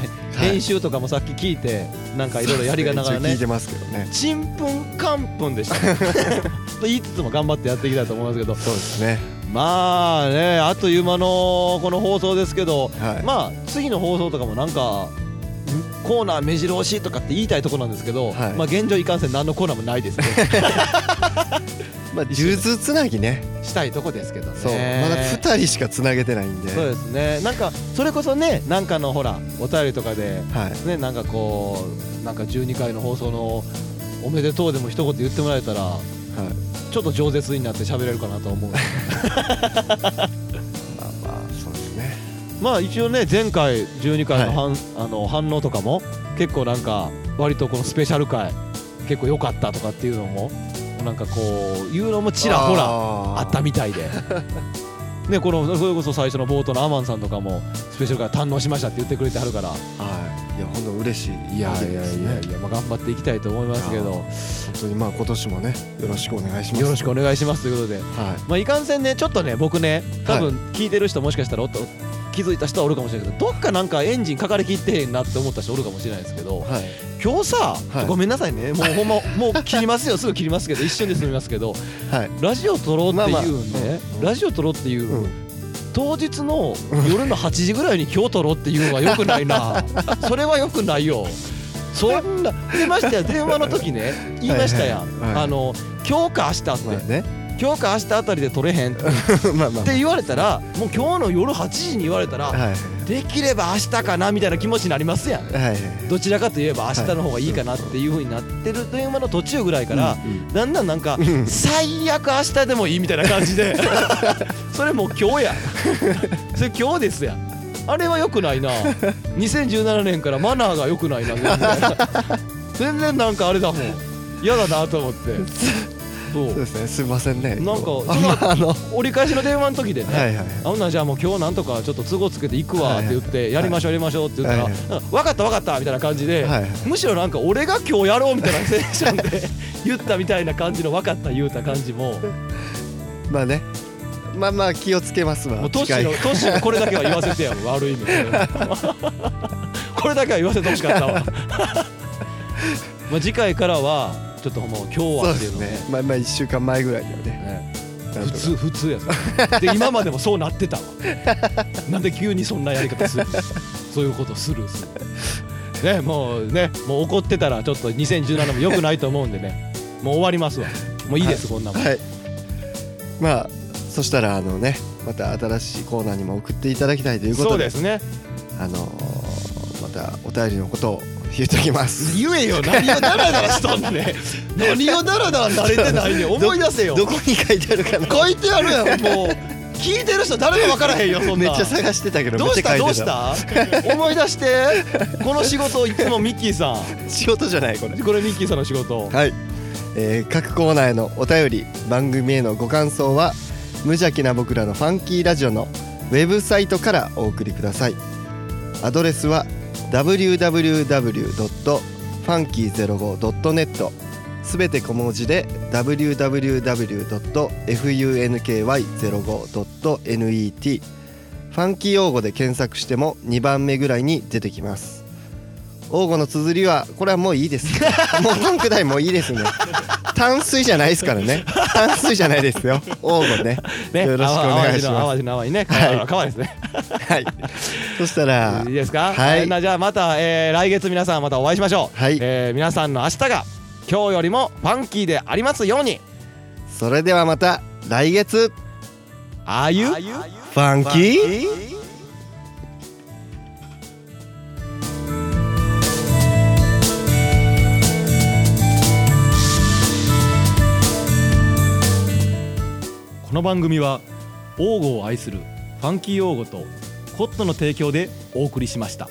Speaker 1: 編集とかもさっき聞いてなんかいろいろやりがながら
Speaker 2: 一応聞
Speaker 1: ね
Speaker 2: いてますけどね
Speaker 1: ちんぷんかんぷんでした、 ね、と言いつつも頑張ってやっていきたいと思いますけど
Speaker 2: そうですね
Speaker 1: まあねあっという間のこの放送ですけど、
Speaker 2: はい
Speaker 1: まあ次の放送とかもなんかんコーナー目白押しとかって言いたいところなんですけ
Speaker 2: は
Speaker 1: ど、
Speaker 2: い
Speaker 1: まあ現状いかんせん何のコーナーもないですね
Speaker 2: まあ数珠つなぎね
Speaker 1: したいとこですけどね
Speaker 2: そうまだ2人しかつなげてないんで
Speaker 1: そうですねなんかそれこそねなんかのほらお便りとかで
Speaker 2: はい
Speaker 1: ねなんかこうなんか12回の放送のおめでとうでも一言言ってもらえたら
Speaker 2: はい
Speaker 1: ちょっと饒舌になって喋れるかなと思う
Speaker 2: まあまあそうですね
Speaker 1: まあ一応ね前回12回の反,、あの反応とかも結構なんか割とこのスペシャル回結構良かったとかっていうのもなんかこういうのもちらほらあ
Speaker 2: あ
Speaker 1: ったみたい でねこのそれこそ最初の冒頭のアマンさんとかもスペシャル回堪能しましたって言ってくれてはるから
Speaker 2: たはいいやほんと嬉しい
Speaker 1: いやい
Speaker 2: で
Speaker 1: や
Speaker 2: す
Speaker 1: い
Speaker 2: ね
Speaker 1: やいや、まあ、頑張っていきたいと思いますけど
Speaker 2: 本当にまあ今年もねよろしくお願いします
Speaker 1: よろしくお願いしますということで、
Speaker 2: はい
Speaker 1: まあ、いかんせんねちょっとね僕ね多分聞いてる人もしかしたらおっと気づいた人はおるかもしれないけどどっかなんかエンジンかかりきってへんなって思った人おるかもしれないですけど
Speaker 2: はい
Speaker 1: 今日さ、
Speaker 2: はい
Speaker 1: ごめんなさいねもうほんまもう切りますよすぐ切りますけど一瞬で済みますけど
Speaker 2: はい
Speaker 1: ラジオ撮ろうっていうね、
Speaker 2: まあまあうん
Speaker 1: ラジオ撮ろうっていう、
Speaker 2: うん
Speaker 1: 当日の夜の8時ぐらいに今日撮ろうっていうのはよくない なそれはよくないよそんな出ましたよ電話の時ね言いましたやん、
Speaker 2: はいはい
Speaker 1: あの今日か明日って、
Speaker 2: まあね
Speaker 1: 今日か明日あたりで撮れ へんって
Speaker 2: まあまあ
Speaker 1: 言われたらもう今日の夜8時に言われたら
Speaker 2: はい
Speaker 1: できれば明日かなみたいな気持ちになりますやん
Speaker 2: はいはい
Speaker 1: どちらかといえば明日の方がいいかなっていう風になってる電話の途中ぐらいから
Speaker 2: うんうん
Speaker 1: だんだんなんか
Speaker 2: うん
Speaker 1: 最悪明日でもいいみたいな感 じでそれもう今日やそれ今日ですやあれは良くないな2017年からマナーが良くないな全然全然なんかあれだもん嫌だなと 思ってそ
Speaker 2: そう
Speaker 1: う
Speaker 2: ですねすいませんね
Speaker 1: なんか
Speaker 2: あまああのは
Speaker 1: 折り返しの電話の時でね、
Speaker 2: いはい
Speaker 1: あほんならじゃあもう今日なんとかちょっと都合つけて行くわって言ってやりましょうやりましょうって言ったら
Speaker 2: はい
Speaker 1: なんか分かった分かったみたいな感じで
Speaker 2: はい
Speaker 1: むしろなんか俺が今日やろうみたいなセッショ ンで言ったみたいな感じの分かった言うた感じも
Speaker 2: まあねまあまあ気をつけますわ
Speaker 1: もうトッシ
Speaker 2: 近
Speaker 1: ー
Speaker 2: い
Speaker 1: のトッシーのこれだけは言わせてやもう悪い意味で これだけは言わせてほしか ったわまあ次回からはちょっともう今日
Speaker 2: そ
Speaker 1: は
Speaker 2: う
Speaker 1: っ
Speaker 2: で
Speaker 1: ていう
Speaker 2: す
Speaker 1: のをね
Speaker 2: ねまあまあ1週間前ぐらいにはね
Speaker 1: ね
Speaker 2: なんとか
Speaker 1: 普通普通やそれで今までもそうなって たわなんで急にそんなやり方するのそういうことするするねもうねもう怒ってたらちょっと2017も良くないと思うんでねもう終わりますわもういいです、こんなもん
Speaker 2: はいまあそしたらあのねまた新しいコーナーにも送っていただきたいというこ
Speaker 1: そ
Speaker 2: と
Speaker 1: うで
Speaker 2: です
Speaker 1: ね
Speaker 2: あのーまたお便りのことを言っておきます
Speaker 1: 言えよ何をダラダラしとんね何をダラダラ慣れてないねん思い出せよ
Speaker 2: どこに書いてあるかな
Speaker 1: 書いてあるやんもう聞いてる人誰も分からへんよそん
Speaker 2: め
Speaker 1: な
Speaker 2: っちゃ探してたけど
Speaker 1: ど
Speaker 2: め
Speaker 1: う
Speaker 2: っ
Speaker 1: し
Speaker 2: ちゃ
Speaker 1: た
Speaker 2: 書いて
Speaker 1: どうした思い出してこの仕事をいつもミッキーさ
Speaker 2: 仕事じゃないこれ
Speaker 1: んこれミッキーさんの仕事
Speaker 2: はい、えー各コーナーへのお便り番組へのご感想は無邪気な僕らのファンキーラジオのウェブサイトからお送りくださいアドレスは www.funky05.net すべて小文字で www.funky05.net ファンキー用語で検索しても2番目ぐらいに出てきます王語の綴りはこれはもういいです もう文句代もういいですね淡水じゃないですからね淡水じゃないですよ王語ね
Speaker 1: ね
Speaker 2: よろしくお願いします
Speaker 1: 淡路の淡路の淡路ね
Speaker 2: はい
Speaker 1: 川川ですね
Speaker 2: はいそしたら
Speaker 1: いいですか、
Speaker 2: はい
Speaker 1: そんなじゃあまた、えー来月皆さんまたお会いしましょう、
Speaker 2: はい
Speaker 1: えー皆さんの明日が今日よりもファンキーでありますように
Speaker 2: それではまた来月
Speaker 1: あゆ
Speaker 2: ファンキー
Speaker 1: この番組は王語を愛するファンキー王語とコットの提供でお送りしました。